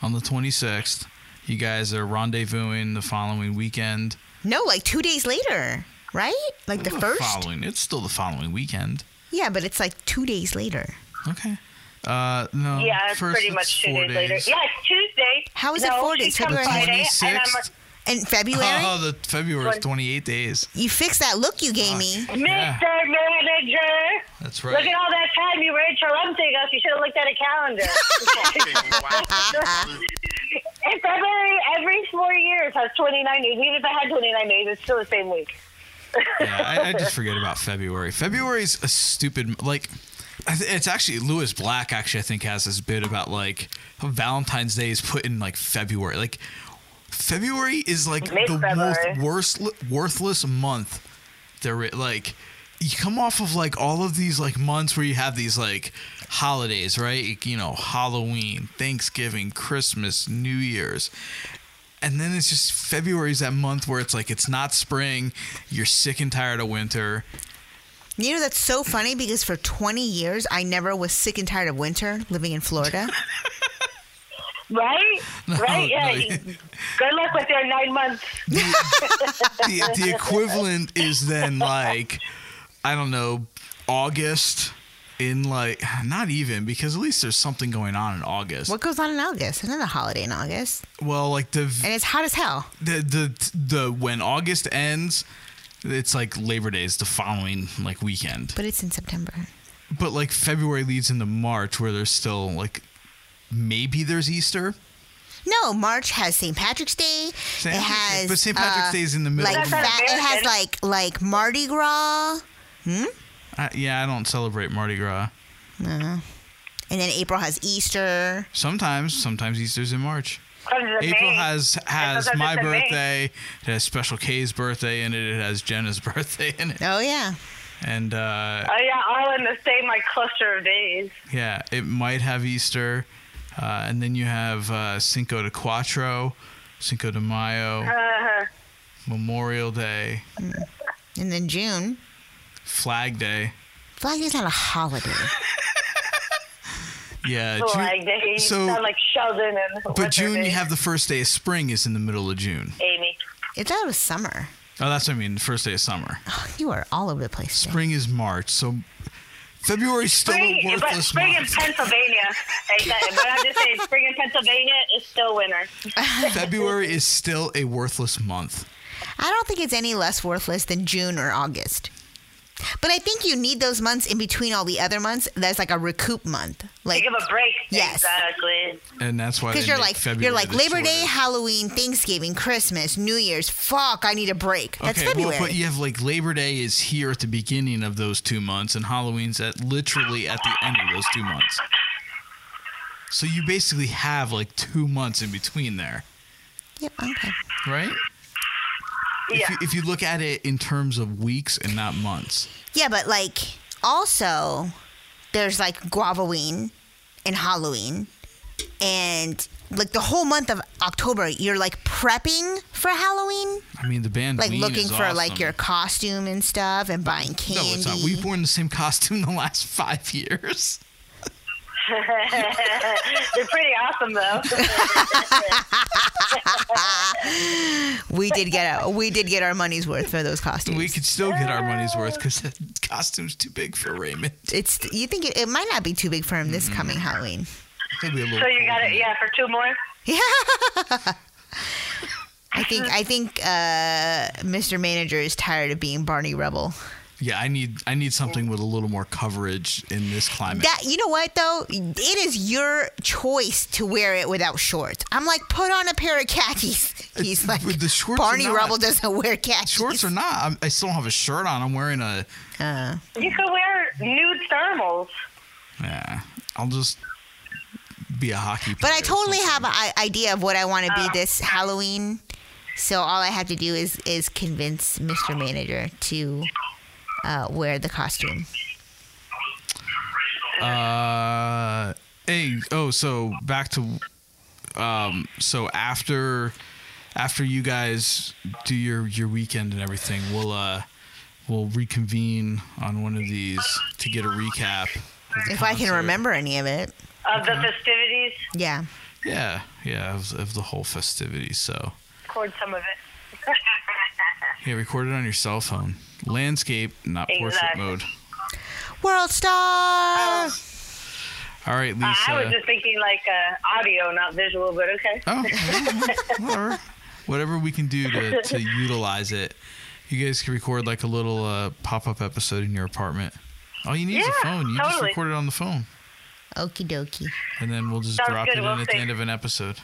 [SPEAKER 7] on the 26th. You guys are rendezvousing the following weekend.
[SPEAKER 4] No, like two days later, right? Like the first.
[SPEAKER 7] following. It's still the following weekend.
[SPEAKER 4] Yeah, but it's like two days later.
[SPEAKER 7] Okay. Uh no.
[SPEAKER 6] Yeah, it's
[SPEAKER 7] first
[SPEAKER 6] pretty
[SPEAKER 7] it's
[SPEAKER 6] much two
[SPEAKER 7] four
[SPEAKER 6] days, later. Yeah, it's Tuesday.
[SPEAKER 4] How is it
[SPEAKER 6] no,
[SPEAKER 4] four
[SPEAKER 6] she
[SPEAKER 4] days?
[SPEAKER 6] comes
[SPEAKER 4] February
[SPEAKER 6] Friday, and I'm
[SPEAKER 7] 26th?
[SPEAKER 4] In February,
[SPEAKER 7] Oh, the February is 28 days.
[SPEAKER 4] you fix that look you gave me.
[SPEAKER 7] Yeah.
[SPEAKER 6] Mr. Manager.
[SPEAKER 7] That's
[SPEAKER 6] Look at
[SPEAKER 7] right.
[SPEAKER 6] all that time you were interrupting us. You should have looked at a calendar. In February, every four years has 29 days. Even if I had 29 days, it's still the same week.
[SPEAKER 7] Yeah, I, I just forget about February. February's a stupid like. I th- It's actually Lewis Black. Actually, I think has this bit about like how Valentine's Day is put in like February. Like February is like the
[SPEAKER 6] Mid-February.
[SPEAKER 7] worst, worst worthless month. There, i- like you come off of like all of these like months where you have these like holidays, right? You know, Halloween, Thanksgiving, Christmas, New Year's. And then it's just February's that month where it's like it's not spring, you're sick and tired of winter.
[SPEAKER 4] You know, that's so funny because for 20 years, I never was sick and tired of winter living in Florida.
[SPEAKER 6] Right? right?
[SPEAKER 7] no,
[SPEAKER 6] Yeah.
[SPEAKER 7] you-
[SPEAKER 6] Good luck with your nine months.
[SPEAKER 7] The, the equivalent is then like I don't know, August in like not even because at least there's something going on in August.
[SPEAKER 4] what goes on in August? Another holiday in August.
[SPEAKER 7] Well, like the
[SPEAKER 4] And it's hot as hell.
[SPEAKER 7] the the the when August ends, it's like Labor Day is the following like weekend.
[SPEAKER 4] But it's in September.
[SPEAKER 7] But like February leads into March where there's still like maybe there's Easter.
[SPEAKER 4] No, March has St. Patrick's Day.
[SPEAKER 7] St.
[SPEAKER 4] it
[SPEAKER 7] Patrick's Day-
[SPEAKER 4] has uh,
[SPEAKER 7] but St. Patrick's Day is in the middle
[SPEAKER 4] Like
[SPEAKER 7] of
[SPEAKER 6] That's
[SPEAKER 4] that, it has
[SPEAKER 6] American.
[SPEAKER 4] like like Mardi Gras,
[SPEAKER 7] I, yeah, I don't celebrate Mardi Gras.
[SPEAKER 4] Uh-huh. and then April has Easter.
[SPEAKER 7] Sometimes, sometimes Easter's in March.
[SPEAKER 6] Comes to
[SPEAKER 7] April
[SPEAKER 6] May.
[SPEAKER 7] has has
[SPEAKER 6] That's what
[SPEAKER 7] my
[SPEAKER 6] I said, May.
[SPEAKER 7] birthday. It has Special K's birthday in it. It has Jenna's birthday in it.
[SPEAKER 4] Oh yeah,
[SPEAKER 7] And uh,
[SPEAKER 6] Oh, yeah, all in the same, like, cluster of days.
[SPEAKER 7] yeah, it might have Easter. Uh, and then you have uh, Cinco de Cuatro, Cinco de Mayo,
[SPEAKER 6] Uh,
[SPEAKER 7] Memorial Day,
[SPEAKER 4] and then June.
[SPEAKER 7] Flag Day.
[SPEAKER 4] Flag Day's not a holiday.
[SPEAKER 7] Yeah. Ju-
[SPEAKER 6] like, they
[SPEAKER 7] so-
[SPEAKER 6] sound like Sheldon and.
[SPEAKER 7] but
[SPEAKER 6] what's her
[SPEAKER 7] June, you
[SPEAKER 6] name?
[SPEAKER 7] have the first day of spring is in the middle of June.
[SPEAKER 6] Amy.
[SPEAKER 4] I thought it was summer. Oh,
[SPEAKER 7] Oh, that's what I mean. The first day of summer.
[SPEAKER 4] You are all over the place. today.
[SPEAKER 7] Spring is March. So February's still a
[SPEAKER 6] Spring, but
[SPEAKER 7] worthless
[SPEAKER 6] spring in
[SPEAKER 7] month.
[SPEAKER 6] Pennsylvania. Like that, but I'm just saying, spring in Pennsylvania is still winter.
[SPEAKER 7] February is still a worthless month.
[SPEAKER 4] I don't think it's any less worthless than June or August. But I think you need those months in between all the other months. That's like a recoup month.
[SPEAKER 6] To
[SPEAKER 4] Like
[SPEAKER 6] give a break.
[SPEAKER 4] Yes.
[SPEAKER 6] Exactly.
[SPEAKER 7] And that's why
[SPEAKER 4] because
[SPEAKER 7] they
[SPEAKER 4] you're
[SPEAKER 7] make
[SPEAKER 4] like
[SPEAKER 7] February
[SPEAKER 4] you're like
[SPEAKER 7] the
[SPEAKER 4] Labor Day,
[SPEAKER 7] shortest.
[SPEAKER 4] Halloween, Thanksgiving, Christmas, New Year's. Fuck, I need a break. That's
[SPEAKER 7] okay,
[SPEAKER 4] February.
[SPEAKER 7] well, but you have like Labor Day is here at the beginning of those two months, and Halloween's at literally at the end of those two months. So you basically have like two months in between there,
[SPEAKER 4] Yep, okay.
[SPEAKER 7] right?
[SPEAKER 6] Yeah.
[SPEAKER 7] If, you, if you look at it in terms of weeks and not months,
[SPEAKER 4] Yeah, but like also there's like Guavaween and Halloween and like the whole month of October you're like prepping for Halloween,
[SPEAKER 7] I mean the band
[SPEAKER 4] like
[SPEAKER 7] Ween
[SPEAKER 4] looking
[SPEAKER 7] is
[SPEAKER 4] for like
[SPEAKER 7] awesome.
[SPEAKER 4] your costume and stuff and buying candy.
[SPEAKER 7] no, it's not. We've worn the same costume the last five years.
[SPEAKER 6] They're pretty awesome, though.
[SPEAKER 4] We did get a, we did get our money's worth for those costumes.
[SPEAKER 7] We could still get our money's worth because the costume's too big for Raymond.
[SPEAKER 4] it's you think it, it might not be too big for him this coming Halloween.
[SPEAKER 7] He'll be a little
[SPEAKER 6] so you
[SPEAKER 7] cold
[SPEAKER 6] got
[SPEAKER 7] in
[SPEAKER 6] it, yeah, for two more?
[SPEAKER 4] I think I think uh, Mr. Manager is tired of being Barney Rebel.
[SPEAKER 7] Yeah, I need I need something with a little more coverage in this climate.
[SPEAKER 4] That you know what though, it is your choice to wear it without shorts. I'm like, put on a pair of khakis. He's like,
[SPEAKER 7] but the shorts are
[SPEAKER 4] Barney
[SPEAKER 7] not-
[SPEAKER 4] Rubble doesn't wear khakis.
[SPEAKER 7] Shorts or not, I'm, I still don't have a shirt on. I'm wearing a.
[SPEAKER 4] Uh,
[SPEAKER 6] You could wear nude thermals.
[SPEAKER 7] Yeah, I'll just be a hockey.
[SPEAKER 4] but
[SPEAKER 7] Player
[SPEAKER 4] I totally
[SPEAKER 7] or
[SPEAKER 4] have
[SPEAKER 7] something.
[SPEAKER 4] an idea of what I want to be this Halloween. So all I have to do is is convince Mr. Manager to uh, wear the costume.
[SPEAKER 7] Uh, hey, oh, so back to, um, so after, after you guys do your your weekend and everything, we'll uh, we'll reconvene on one of these to get a recap. of the
[SPEAKER 4] If I can
[SPEAKER 7] concert.
[SPEAKER 4] remember any of it,
[SPEAKER 6] Of
[SPEAKER 7] Uh-huh.
[SPEAKER 6] the festivities,
[SPEAKER 4] yeah.
[SPEAKER 7] Yeah, yeah, of, of the whole festivity. So.
[SPEAKER 6] record some of it.
[SPEAKER 7] Yeah, record it on your cell phone. Landscape, not portrait
[SPEAKER 6] Exactly.
[SPEAKER 7] mode.
[SPEAKER 4] World Star.
[SPEAKER 7] All right, Lisa.
[SPEAKER 6] I was just thinking, like, uh, audio, not visual, but okay.
[SPEAKER 7] oh, yeah, whatever. whatever we can do to, to utilize it. You guys can record like a little uh, pop up episode in your apartment. All you need is a
[SPEAKER 6] Yeah,
[SPEAKER 7] phone. You just
[SPEAKER 6] totally.
[SPEAKER 7] record it on the phone,
[SPEAKER 4] Okie dokie.
[SPEAKER 7] and then we'll just
[SPEAKER 6] Sounds
[SPEAKER 7] drop
[SPEAKER 6] good,
[SPEAKER 7] it
[SPEAKER 6] we'll
[SPEAKER 7] in at the
[SPEAKER 6] see.
[SPEAKER 7] end of an episode.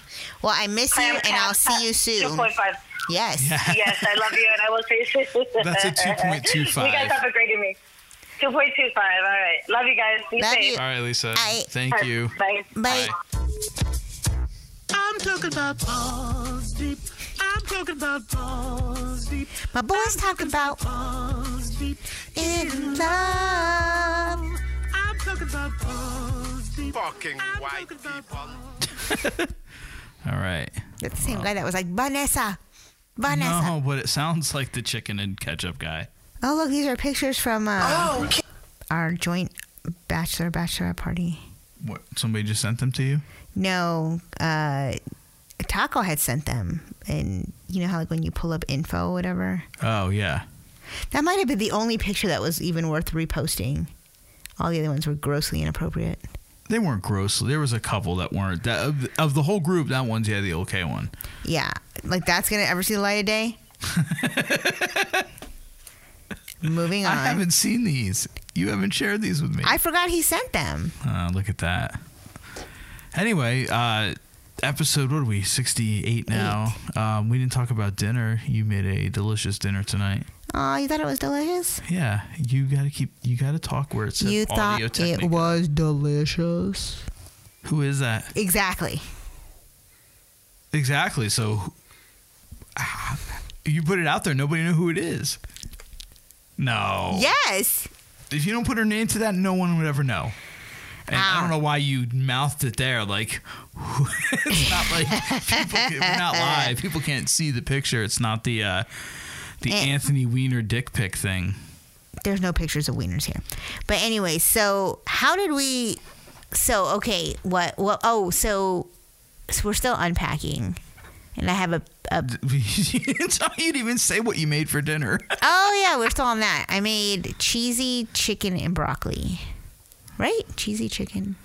[SPEAKER 4] Well, I miss you, and I'll see you soon.
[SPEAKER 6] 2.5.
[SPEAKER 4] Yes.
[SPEAKER 7] Yeah.
[SPEAKER 6] Yes, I love you, and I will see you soon.
[SPEAKER 7] That's a 2.25.
[SPEAKER 6] You guys have a great evening. 2.25, all right. Love you guys. Be
[SPEAKER 4] Love
[SPEAKER 6] safe.
[SPEAKER 4] you.
[SPEAKER 7] All right, Lisa.
[SPEAKER 4] I-
[SPEAKER 7] Thank you.
[SPEAKER 6] Bye.
[SPEAKER 4] Bye.
[SPEAKER 7] Bye.
[SPEAKER 2] I'm talking about balls deep. I'm Talking about balls deep.
[SPEAKER 4] My boys talk about
[SPEAKER 2] Balls deep.
[SPEAKER 4] in love.
[SPEAKER 2] I'm talking about balls deep.
[SPEAKER 9] Fucking
[SPEAKER 2] I'm
[SPEAKER 9] white
[SPEAKER 2] talking about
[SPEAKER 9] people.
[SPEAKER 7] All right.
[SPEAKER 4] That's the same guy that was like Vanessa. Vanessa.
[SPEAKER 7] No, but it sounds like the chicken and ketchup guy.
[SPEAKER 4] Oh look, these are pictures from uh, our joint bachelor bachelorette party.
[SPEAKER 7] What? Somebody just sent them to you?
[SPEAKER 4] No, uh, Taco had sent them, and you know how like when you pull up info, or whatever.
[SPEAKER 7] Oh yeah.
[SPEAKER 4] That might have been the only picture that was even worth reposting. All the other ones were grossly inappropriate.
[SPEAKER 7] They weren't grossly. There was a couple that weren't. That of, the- of the whole group, that one's yeah the okay one.
[SPEAKER 4] Yeah, like that's gonna ever see the light of day. Moving on.
[SPEAKER 7] I haven't seen these. You haven't shared these with me.
[SPEAKER 4] I forgot he sent them.
[SPEAKER 7] Uh, look at that. Anyway, uh, episode what are we? Sixty-eight now. Um, we didn't talk about dinner. You made a delicious dinner tonight.
[SPEAKER 4] Oh, you thought it was delicious?
[SPEAKER 7] Yeah, you gotta keep. You gotta talk where it says
[SPEAKER 4] you thought
[SPEAKER 7] Audio-Technica.
[SPEAKER 4] it was delicious.
[SPEAKER 7] Who is that
[SPEAKER 4] Exactly.
[SPEAKER 7] exactly? So, who- ah, you put it out there. Nobody knew who it is. No.
[SPEAKER 4] Yes.
[SPEAKER 7] If you don't put her name to that, no one would ever know. And I
[SPEAKER 4] Ow.
[SPEAKER 7] don't know why you mouthed it there. Like, it's not like people can, we're not live. People can't see the picture. It's not the uh, the
[SPEAKER 4] Eh.
[SPEAKER 7] Anthony Weiner dick pic thing.
[SPEAKER 4] There's no pictures of wieners here. But anyway, so how did we so okay, what well oh, so, so we're still unpacking. And I have a, a
[SPEAKER 7] it's not, you'd even say what you made for dinner.
[SPEAKER 4] Oh yeah, we're still on that. I made cheesy chicken and broccoli. Right? Cheesy chicken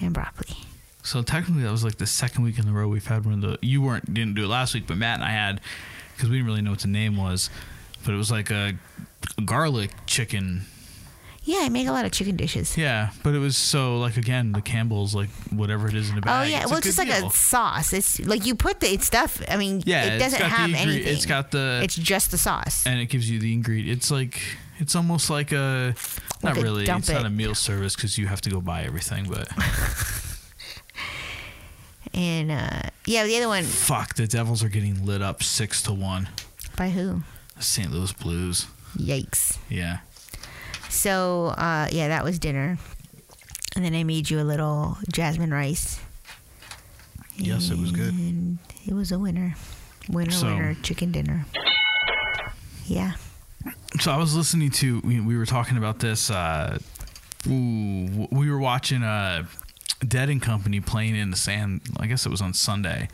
[SPEAKER 4] and broccoli.
[SPEAKER 7] So technically, that was like the second week in a row we've had one of the. You weren't didn't do it last week, but Matt and I had because we didn't really know what the name was, but it was like a garlic chicken
[SPEAKER 4] Yeah, I make a lot of chicken dishes.
[SPEAKER 7] Yeah, but it was so like again the Campbell's like whatever it is in a
[SPEAKER 4] Oh
[SPEAKER 7] bag.
[SPEAKER 4] yeah,
[SPEAKER 7] it's
[SPEAKER 4] well
[SPEAKER 7] a
[SPEAKER 4] it's
[SPEAKER 7] good
[SPEAKER 4] just like
[SPEAKER 7] deal.
[SPEAKER 4] a sauce. It's like you put the it's stuff. I mean,
[SPEAKER 7] yeah.
[SPEAKER 4] it
[SPEAKER 7] it's
[SPEAKER 4] doesn't
[SPEAKER 7] got the
[SPEAKER 4] have
[SPEAKER 7] ingre-
[SPEAKER 4] anything.
[SPEAKER 7] It's got the
[SPEAKER 4] it's just the sauce.
[SPEAKER 7] and it gives you the ingredient. It's like it's almost like a not
[SPEAKER 4] Like a
[SPEAKER 7] really.
[SPEAKER 4] dump
[SPEAKER 7] It's not
[SPEAKER 4] it.
[SPEAKER 7] a meal service because you have to go buy everything. But
[SPEAKER 4] And uh, yeah, the other one
[SPEAKER 7] fuck, the Devils are getting lit up six to one.
[SPEAKER 4] by who?
[SPEAKER 7] The St. Louis Blues.
[SPEAKER 4] Yikes.
[SPEAKER 7] Yeah.
[SPEAKER 4] So uh, yeah, that was dinner. And then I made you a little jasmine rice.
[SPEAKER 7] Yes, it was good.
[SPEAKER 4] And it was a winner. Winner,
[SPEAKER 7] So-
[SPEAKER 4] winner, chicken dinner. Yeah.
[SPEAKER 7] So I was listening to we, we were talking about this. Uh, ooh, we were watching uh, Dead and Company playing in the sand. I guess it was on Sunday.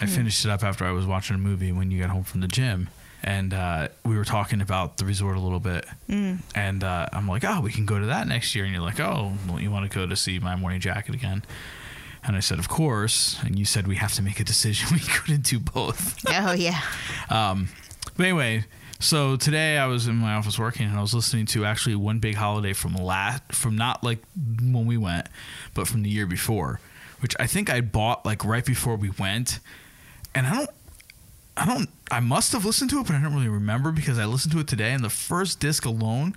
[SPEAKER 7] I finished it up after I was watching a movie when you got home from the gym, and uh, we were talking about the resort a little bit. And uh, I'm like, oh, we can go to that next year. And you're like, oh, well, you want to go to see My Morning Jacket again? And I said, of course. And you said we have to make a decision. We couldn't do both.
[SPEAKER 4] Oh yeah.
[SPEAKER 7] Um, but anyway, so today I was in my office working and I was listening to actually one big holiday from last, from not like when we went, but from the year before, which I think I bought like right before we went. And I don't, I don't, I must have listened to it, but I don't really remember because I listened to it today and the first disc alone,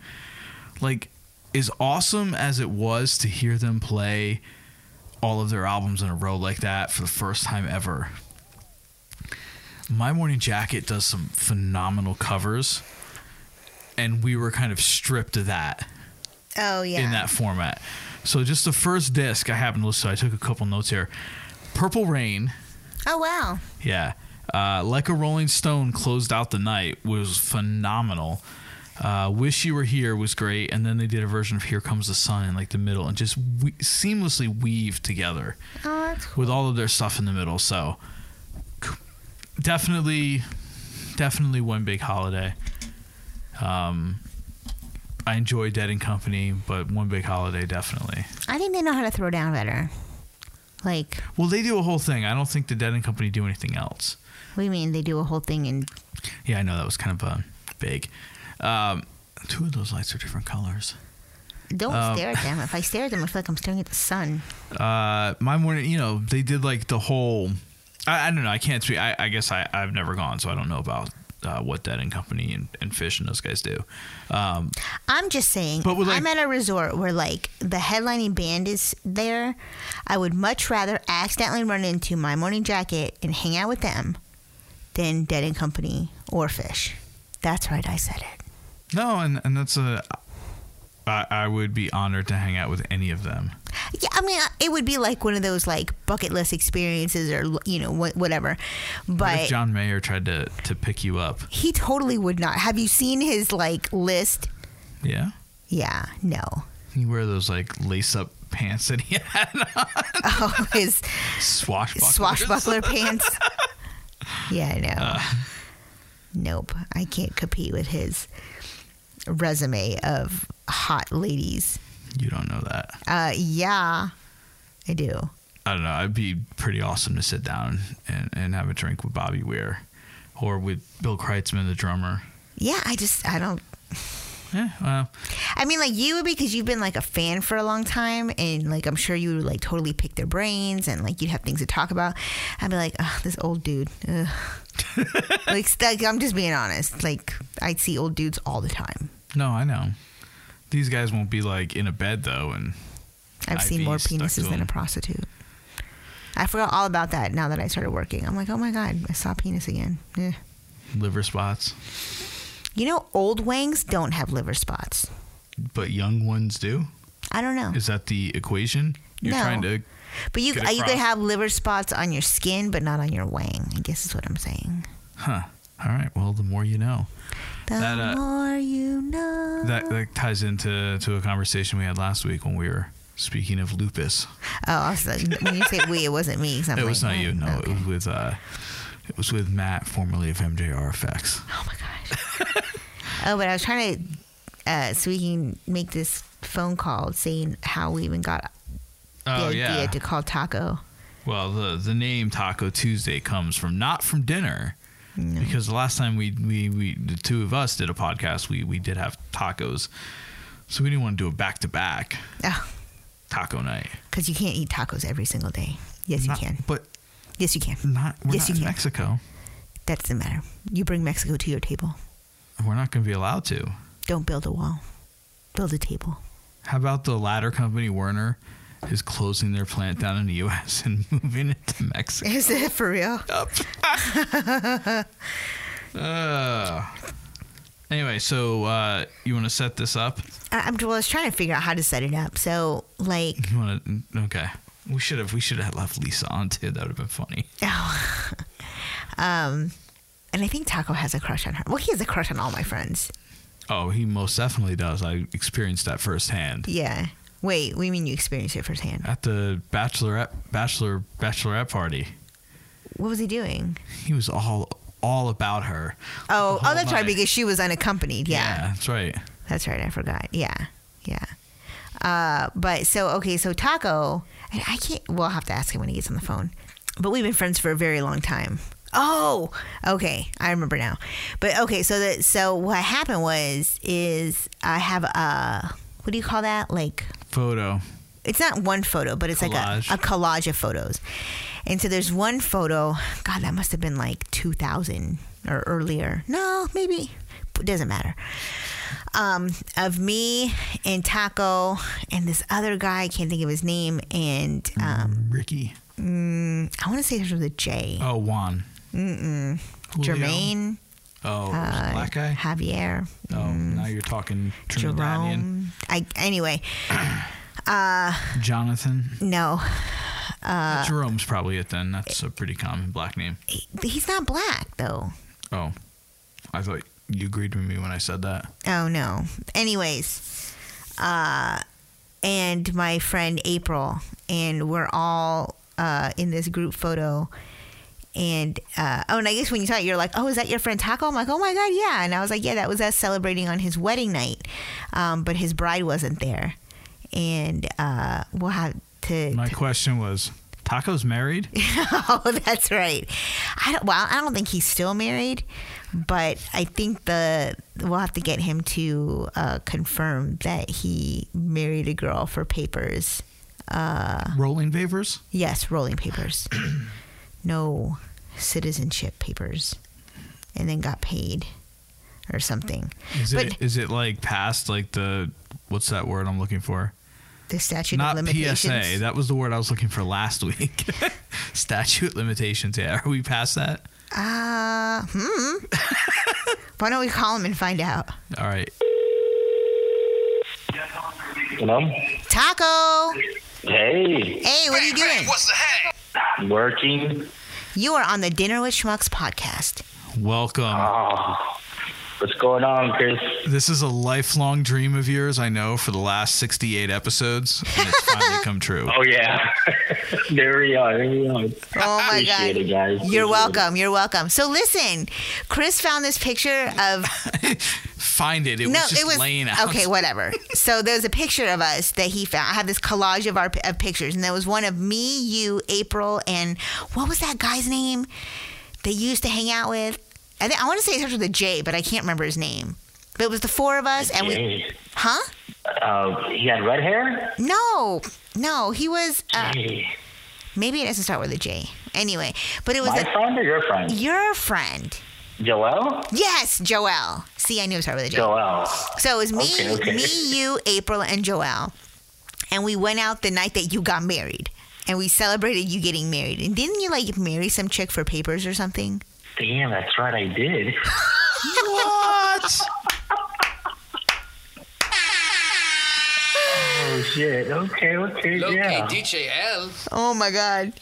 [SPEAKER 7] like, as awesome as it was to hear them play all of their albums in a row like that for the first time ever. My Morning Jacket does some phenomenal covers, and we were kind of stripped of that
[SPEAKER 4] Oh yeah.
[SPEAKER 7] in that format. So just the first disc I happened to listen to, I took a couple notes here. Purple Rain,
[SPEAKER 4] Oh wow.
[SPEAKER 7] yeah. Uh, like a Rolling Stone closed out the night was phenomenal. Uh, Wish You Were Here was great, and then they did a version of Here Comes the Sun in like the middle, and just we- seamlessly weaved together
[SPEAKER 4] Oh, that's
[SPEAKER 7] with all of their stuff in the middle. So c- definitely, definitely one big holiday. Um, I enjoy Dead and Company, but one big holiday definitely.
[SPEAKER 4] I think they know how to throw down better. Like,
[SPEAKER 7] Well, they do a whole thing. I don't think the Dead and Company do anything else.
[SPEAKER 4] what do you mean they do a whole thing and
[SPEAKER 7] Yeah, I know that was kind of uh, big. Um, two of those lights are different colors.
[SPEAKER 4] don't
[SPEAKER 7] Um,
[SPEAKER 4] stare at them. If I stare at them, I feel like I'm staring at the sun.
[SPEAKER 7] uh, my morning, you know, they did like the whole. I, I don't know. I can't speak. I, I guess I, I've never gone, so I don't know about uh, what that and company and, and fish and those guys do. Um,
[SPEAKER 4] I'm just saying.
[SPEAKER 7] But with, like-
[SPEAKER 4] I'm at a resort where like the headlining band is there. I would much rather accidentally run into my morning jacket and hang out with them than Dead and Company or Fish. That's right, I said it.
[SPEAKER 7] No, and and that's a. I, I would be honored to hang out with any of them.
[SPEAKER 4] Yeah, I mean, it would be like one of those like bucket list experiences or you know wha- whatever,
[SPEAKER 7] What if
[SPEAKER 4] but
[SPEAKER 7] John Mayer tried to to pick you up?
[SPEAKER 4] he totally would not. Have you seen his like list?
[SPEAKER 7] Yeah,
[SPEAKER 4] Yeah, no.
[SPEAKER 7] you wear those like lace up pants that he had,
[SPEAKER 4] Oh, his
[SPEAKER 7] swashbucklers.
[SPEAKER 4] swashbuckler pants. Yeah, I know. Nope, I can't compete with his resume of hot ladies.
[SPEAKER 7] You don't know that.
[SPEAKER 4] Uh, yeah, I do.
[SPEAKER 7] I don't know. It'd be pretty awesome to sit down and, and have a drink with Bobby Weir or with Bill Kreitzman, the drummer.
[SPEAKER 4] Yeah, I just I don't.
[SPEAKER 7] Yeah, well,
[SPEAKER 4] I mean, like you would because you've been like a fan for a long time, and like I'm sure you would like totally pick their brains, and like you'd have things to talk about. I'd be like, Ugh, this old dude. Ugh. like, st- I'm just being honest. Like, I see old dudes all the time.
[SPEAKER 7] no, I know. These guys won't be like in a bed though, and
[SPEAKER 4] I've
[SPEAKER 7] I'd
[SPEAKER 4] seen
[SPEAKER 7] be
[SPEAKER 4] more
[SPEAKER 7] stuck to
[SPEAKER 4] penises than a
[SPEAKER 7] them.
[SPEAKER 4] prostitute. I forgot all about that now that I started working. I'm like, oh my god, I saw penis again. Eh.
[SPEAKER 7] liver spots,
[SPEAKER 4] You know, old wangs don't have liver spots.
[SPEAKER 7] but young ones do.
[SPEAKER 4] I don't know,
[SPEAKER 7] Is that the equation you're
[SPEAKER 4] No.
[SPEAKER 7] trying to?
[SPEAKER 4] but you uh,
[SPEAKER 7] get
[SPEAKER 4] you could
[SPEAKER 7] across?
[SPEAKER 4] have liver spots on your skin, but not on your wang. I guess is what I'm saying.
[SPEAKER 7] Huh. All right. Well, the more you know.
[SPEAKER 4] The
[SPEAKER 7] That, uh,
[SPEAKER 4] more you know.
[SPEAKER 7] That that ties into to a conversation we had last week when we were speaking of lupus.
[SPEAKER 4] oh, I was like, when you say we, it wasn't me. 'cause I'm
[SPEAKER 7] It
[SPEAKER 4] like,
[SPEAKER 7] was not you. No,
[SPEAKER 4] okay.
[SPEAKER 7] it was with uh, it was with Matt, formerly of MJR Effects.
[SPEAKER 4] Oh my gosh. oh, but I was trying to, uh, so we can make this phone call saying how we even got the
[SPEAKER 7] Oh
[SPEAKER 4] idea
[SPEAKER 7] yeah.
[SPEAKER 4] to call Taco.
[SPEAKER 7] Well, the the name Taco Tuesday comes from not from dinner, because the last time we, we we the two of us did a podcast, we we did have tacos, so we didn't want to do a back to back
[SPEAKER 4] Oh,
[SPEAKER 7] taco night.
[SPEAKER 4] because you can't eat tacos every single day. Yes,
[SPEAKER 7] Not-
[SPEAKER 4] you can.
[SPEAKER 7] but
[SPEAKER 4] Yes, you can.
[SPEAKER 7] not we're not
[SPEAKER 4] Yes, you
[SPEAKER 7] in
[SPEAKER 4] can.
[SPEAKER 7] Mexico.
[SPEAKER 4] That's the matter. You bring Mexico to your table.
[SPEAKER 7] We're not going to be allowed to.
[SPEAKER 4] Don't build a wall. Build a table.
[SPEAKER 7] How about the ladder company Werner is closing their plant down in the U.S. and moving it to Mexico?
[SPEAKER 4] Is it for real?
[SPEAKER 7] Uh, anyway, so uh, you want to set this up?
[SPEAKER 4] I, I'm, well, I was trying to figure out how to set it up. So, like,
[SPEAKER 7] You want to? Okay. We should have we should have left Lisa on too. That would have been funny.
[SPEAKER 4] Oh. um, and I think Taco has a crush on her. Well, he has a crush on all my friends.
[SPEAKER 7] Oh, he most definitely does. I experienced that firsthand
[SPEAKER 4] Yeah. Wait, we mean you experienced it firsthand.
[SPEAKER 7] at the bachelorette bachelor bachelorette party.
[SPEAKER 4] What was he doing?
[SPEAKER 7] He was all all about her.
[SPEAKER 4] Oh,
[SPEAKER 7] The
[SPEAKER 4] oh,
[SPEAKER 7] whole
[SPEAKER 4] that's right,
[SPEAKER 7] night.
[SPEAKER 4] because she was unaccompanied. Yeah,
[SPEAKER 7] that's right.
[SPEAKER 4] that's right. I forgot. Yeah, yeah. Uh, but so okay, so Taco, and I can't. We'll I'll have to ask him when he gets on the phone. But we've been friends for a very long time. Oh, okay, I remember now. But okay, so that so what happened was is I have a what do you call that like
[SPEAKER 7] Photo.
[SPEAKER 4] it's not one photo, but it's like
[SPEAKER 7] Collage.
[SPEAKER 4] a, a collage of photos. And so there's one photo, God, that must have been like 2000 or earlier. No, maybe. It doesn't matter. Um, of me and Taco and this other guy, I can't think of his name. And um,
[SPEAKER 7] Ricky.
[SPEAKER 4] I want to say there's with a J.
[SPEAKER 7] Oh, Juan. Mm-mm.
[SPEAKER 4] Jermaine,
[SPEAKER 7] Oh, it was a
[SPEAKER 4] uh,
[SPEAKER 7] black guy.
[SPEAKER 4] Javier,
[SPEAKER 7] Oh, now you're talking Trinidadian.
[SPEAKER 4] Jerome. I, anyway,
[SPEAKER 7] Jonathan.
[SPEAKER 4] no, Uh,
[SPEAKER 7] Jerome's probably it then. That's a pretty common black name.
[SPEAKER 4] He- he's not black though.
[SPEAKER 7] Oh, I thought you agreed with me when I said that.
[SPEAKER 4] Oh no. Anyways, uh, and my friend April, and we're all uh, in this group photo. And uh, oh, and I guess when you saw it, you're like, "Oh, is that your friend Taco?" I'm like, "Oh my god, yeah!" And I was like, "Yeah, that was us celebrating on his wedding night, um, but his bride wasn't there." And uh, we'll have to.
[SPEAKER 7] My question was Taco's married?
[SPEAKER 4] oh, that's right. I don't. Well, I don't think he's still married, but I think the we'll have to get him to uh, confirm that he married a girl for papers.
[SPEAKER 7] Rolling favors?
[SPEAKER 4] Yes, rolling papers. no citizenship papers, and then got paid or something.
[SPEAKER 7] Is
[SPEAKER 4] but
[SPEAKER 7] it is it like past like the what's that word I'm looking for?
[SPEAKER 4] the statute
[SPEAKER 7] Not
[SPEAKER 4] of limitations.
[SPEAKER 7] PSA. That was the word I was looking for last week. Statute limitations. Yeah, are we past that?
[SPEAKER 4] Uh, hmm. Why don't we call him and find out?
[SPEAKER 7] All right.
[SPEAKER 9] Hello?
[SPEAKER 4] Taco.
[SPEAKER 9] Hey,
[SPEAKER 4] Hey, what are you doing?
[SPEAKER 9] working.
[SPEAKER 4] You are on the Dinner with Schmucks podcast.
[SPEAKER 7] Welcome.
[SPEAKER 9] Oh, what's going on, Chris?
[SPEAKER 7] This is a lifelong dream of yours, I know, for the last 68 episodes, and it's finally come true.
[SPEAKER 9] Oh, yeah. there we are. There we are.
[SPEAKER 4] Oh my
[SPEAKER 9] Appreciate
[SPEAKER 4] god.
[SPEAKER 9] it, guys. Appreciate
[SPEAKER 4] You're
[SPEAKER 9] it.
[SPEAKER 4] welcome. You're welcome. So listen, Chris found this picture of
[SPEAKER 7] Find it. It was just laying out.
[SPEAKER 4] okay, whatever. so there's a picture of us that he found. I have this collage of our p- of pictures, and there was one of me, you, April, and what was that guy's name that you used to hang out with? I think I want to say it starts with a J, but I can't remember his name. But it was the four of us, and we,
[SPEAKER 9] Hey,
[SPEAKER 4] huh?
[SPEAKER 9] uh, he had red hair?
[SPEAKER 4] No, no, he was. Uh,
[SPEAKER 9] Hey,
[SPEAKER 4] maybe it doesn't start with a J. Anyway, but it was
[SPEAKER 9] my
[SPEAKER 4] the,
[SPEAKER 9] friend or your friend?
[SPEAKER 4] your friend.
[SPEAKER 9] Joel?
[SPEAKER 4] Yes, Joelle. See, I knew it started with a J.
[SPEAKER 9] Joel.
[SPEAKER 4] So it was me,
[SPEAKER 9] Okay, okay.
[SPEAKER 4] me, you, April, and Joelle. And we went out the night that you got married. And we celebrated you getting married. And didn't you like marry some chick for papers or something?
[SPEAKER 9] Damn, that's right, I did.
[SPEAKER 7] What?
[SPEAKER 9] Oh, shit. Okay, okay,
[SPEAKER 8] Loki
[SPEAKER 9] yeah.
[SPEAKER 8] DJ L.
[SPEAKER 4] Oh my god.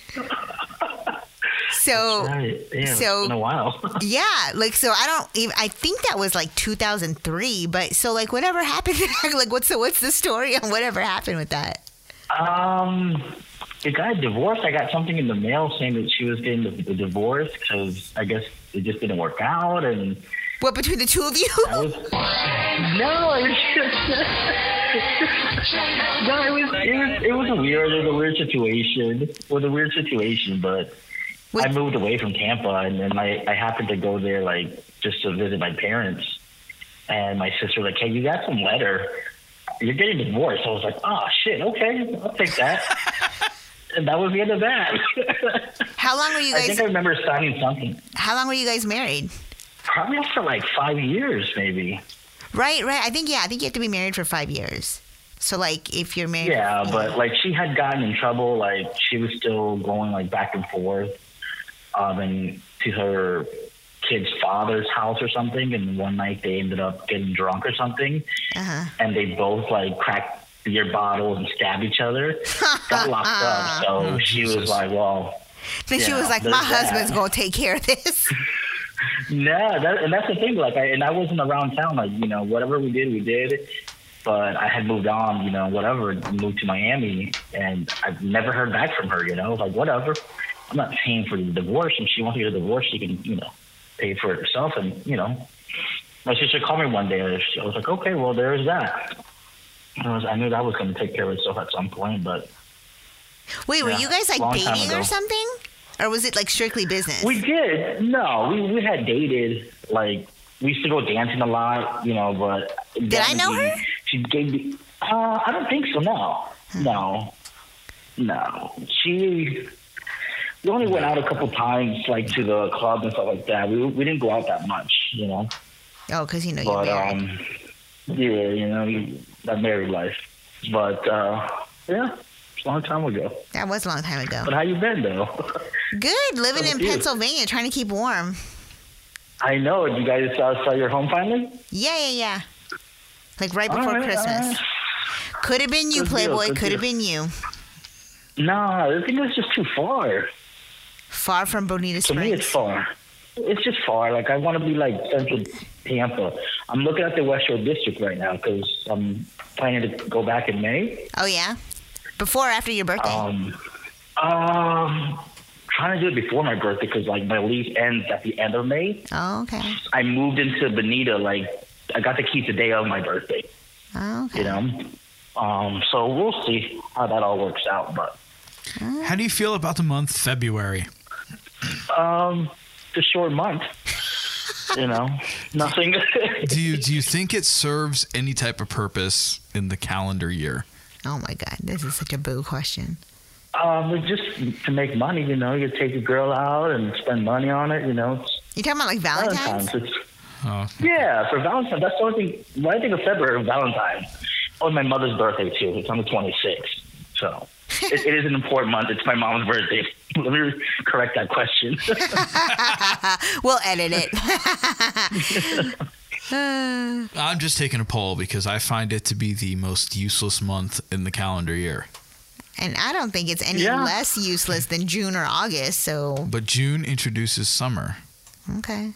[SPEAKER 4] So
[SPEAKER 9] Right. Yeah,
[SPEAKER 4] So-
[SPEAKER 9] it's been a while.
[SPEAKER 4] yeah, like so I don't even I think that was like 2003, but so like whatever happened like what's the what's the story on whatever happened with that?
[SPEAKER 9] Um, it got divorced. I got something in the mail saying that she was getting the, the divorce because I guess it just didn't work out, and
[SPEAKER 4] What between the two of you?
[SPEAKER 9] I was no, it was just- no, it was it was it was a weird, it was a weird situation. It was a weird situation, but
[SPEAKER 4] What-
[SPEAKER 9] I moved away from Tampa, and then I I happened to go there like just to visit my parents, and my sister was like, hey, you got some letter. You're getting divorced. I was like, oh shit, okay, I'll take that. and that was the end of that.
[SPEAKER 4] How long were you
[SPEAKER 9] I think
[SPEAKER 4] guys
[SPEAKER 9] I remember signing something.
[SPEAKER 4] How long were you guys married?
[SPEAKER 9] Probably for like five years, maybe.
[SPEAKER 4] Right, right. I think yeah. I think you have to be married for five years. So like, if you're married,
[SPEAKER 9] Yeah, but like she had gotten in trouble. Like she was still going like back and forth, um, and to her kid's father's house or something. And one night they ended up getting drunk or something,
[SPEAKER 4] Uh-huh.
[SPEAKER 9] and they both like cracked beer bottles and stabbed each other. Got locked up. So
[SPEAKER 7] Oh,
[SPEAKER 9] she
[SPEAKER 7] Jesus.
[SPEAKER 9] was like, "Well,
[SPEAKER 4] then she
[SPEAKER 9] yeah,
[SPEAKER 4] was like, my
[SPEAKER 9] there's that.
[SPEAKER 4] husband's gonna take care of this.
[SPEAKER 9] no." That, and that's the thing. Like, I, and I wasn't around town. Like, you know, whatever we did, we did. But I had moved on, you know, whatever, moved to Miami, and I've never heard back from her, you know, like, whatever. I'm not paying for the divorce. If she wants to get a divorce, she can, you know, pay for it herself. And, you know, my sister called me one day, and she- I was like, okay, well, there's that. And I, was, I knew that was going to take care of itself at some point, but
[SPEAKER 4] Wait, were
[SPEAKER 9] Yeah,
[SPEAKER 4] you guys like
[SPEAKER 9] long time
[SPEAKER 4] dating or
[SPEAKER 9] ago.
[SPEAKER 4] something, or was it like strictly business?
[SPEAKER 9] We did. No, we, we had dated. Like we used to go dancing a lot, you know. But did
[SPEAKER 4] I know her?
[SPEAKER 9] She gave me. Uh, I don't think so. No,
[SPEAKER 4] Hmm.
[SPEAKER 9] no, no. She. We only went out a couple times, like to the club and stuff like that. We we didn't go out that much, you know.
[SPEAKER 4] oh, because you know you're
[SPEAKER 9] But
[SPEAKER 4] married.
[SPEAKER 9] um, yeah, you know, that married life. But uh, yeah, it's a long time ago.
[SPEAKER 4] that was a long time ago.
[SPEAKER 9] But how you been though?
[SPEAKER 4] Good, living in
[SPEAKER 9] Thank you.
[SPEAKER 4] Pennsylvania, trying to keep warm.
[SPEAKER 9] I know. You guys uh, saw your home finally.
[SPEAKER 4] Yeah, yeah, yeah. Like right
[SPEAKER 9] All
[SPEAKER 4] before
[SPEAKER 9] right, all
[SPEAKER 4] Christmas.
[SPEAKER 9] right.
[SPEAKER 4] Could have been you,
[SPEAKER 9] Good deal,
[SPEAKER 4] Playboy.
[SPEAKER 9] good
[SPEAKER 4] Could have
[SPEAKER 9] deal.
[SPEAKER 4] been you.
[SPEAKER 9] Nah, I think it's just too far.
[SPEAKER 4] Far from Bonita
[SPEAKER 9] To me,
[SPEAKER 4] Springs.
[SPEAKER 9] it's far. It's just far. Like I want to be like central Tampa. I'm looking at the West Shore District right now because I'm planning to go back in May.
[SPEAKER 4] oh yeah. Before or after your birthday?
[SPEAKER 9] Um, um, trying to do it before my birthday because like my lease ends at the end of May.
[SPEAKER 4] oh, okay.
[SPEAKER 9] I moved into Bonita like I got the keys the day of my birthday.
[SPEAKER 4] Oh, okay.
[SPEAKER 9] You know, um, so we'll see how that all works out, but.
[SPEAKER 7] How do you feel about the month February?
[SPEAKER 9] Um, the short month. you know, nothing.
[SPEAKER 7] Do you do you think it serves any type of purpose in the calendar year?
[SPEAKER 4] Oh my God, this is such a boo question.
[SPEAKER 9] um, it's just to make money. You know, you take a girl out and spend money on it. You know, it's
[SPEAKER 4] You talking about like Valentine's?
[SPEAKER 9] Valentine's. It's,
[SPEAKER 7] Oh,
[SPEAKER 9] yeah, for Valentine's. That's the only thing. When I think of February, Valentine's. Oh, and my mother's birthday too. It's on the twenty sixth. So it, it is an important month. It's my mom's birthday. Let me correct that question.
[SPEAKER 4] We'll edit it.
[SPEAKER 7] I'm just taking a poll because I find it to be the most useless month in the calendar year.
[SPEAKER 4] and I don't think it's any
[SPEAKER 9] Yeah.
[SPEAKER 4] less useless than June or August. So,
[SPEAKER 7] But June introduces summer.
[SPEAKER 4] okay.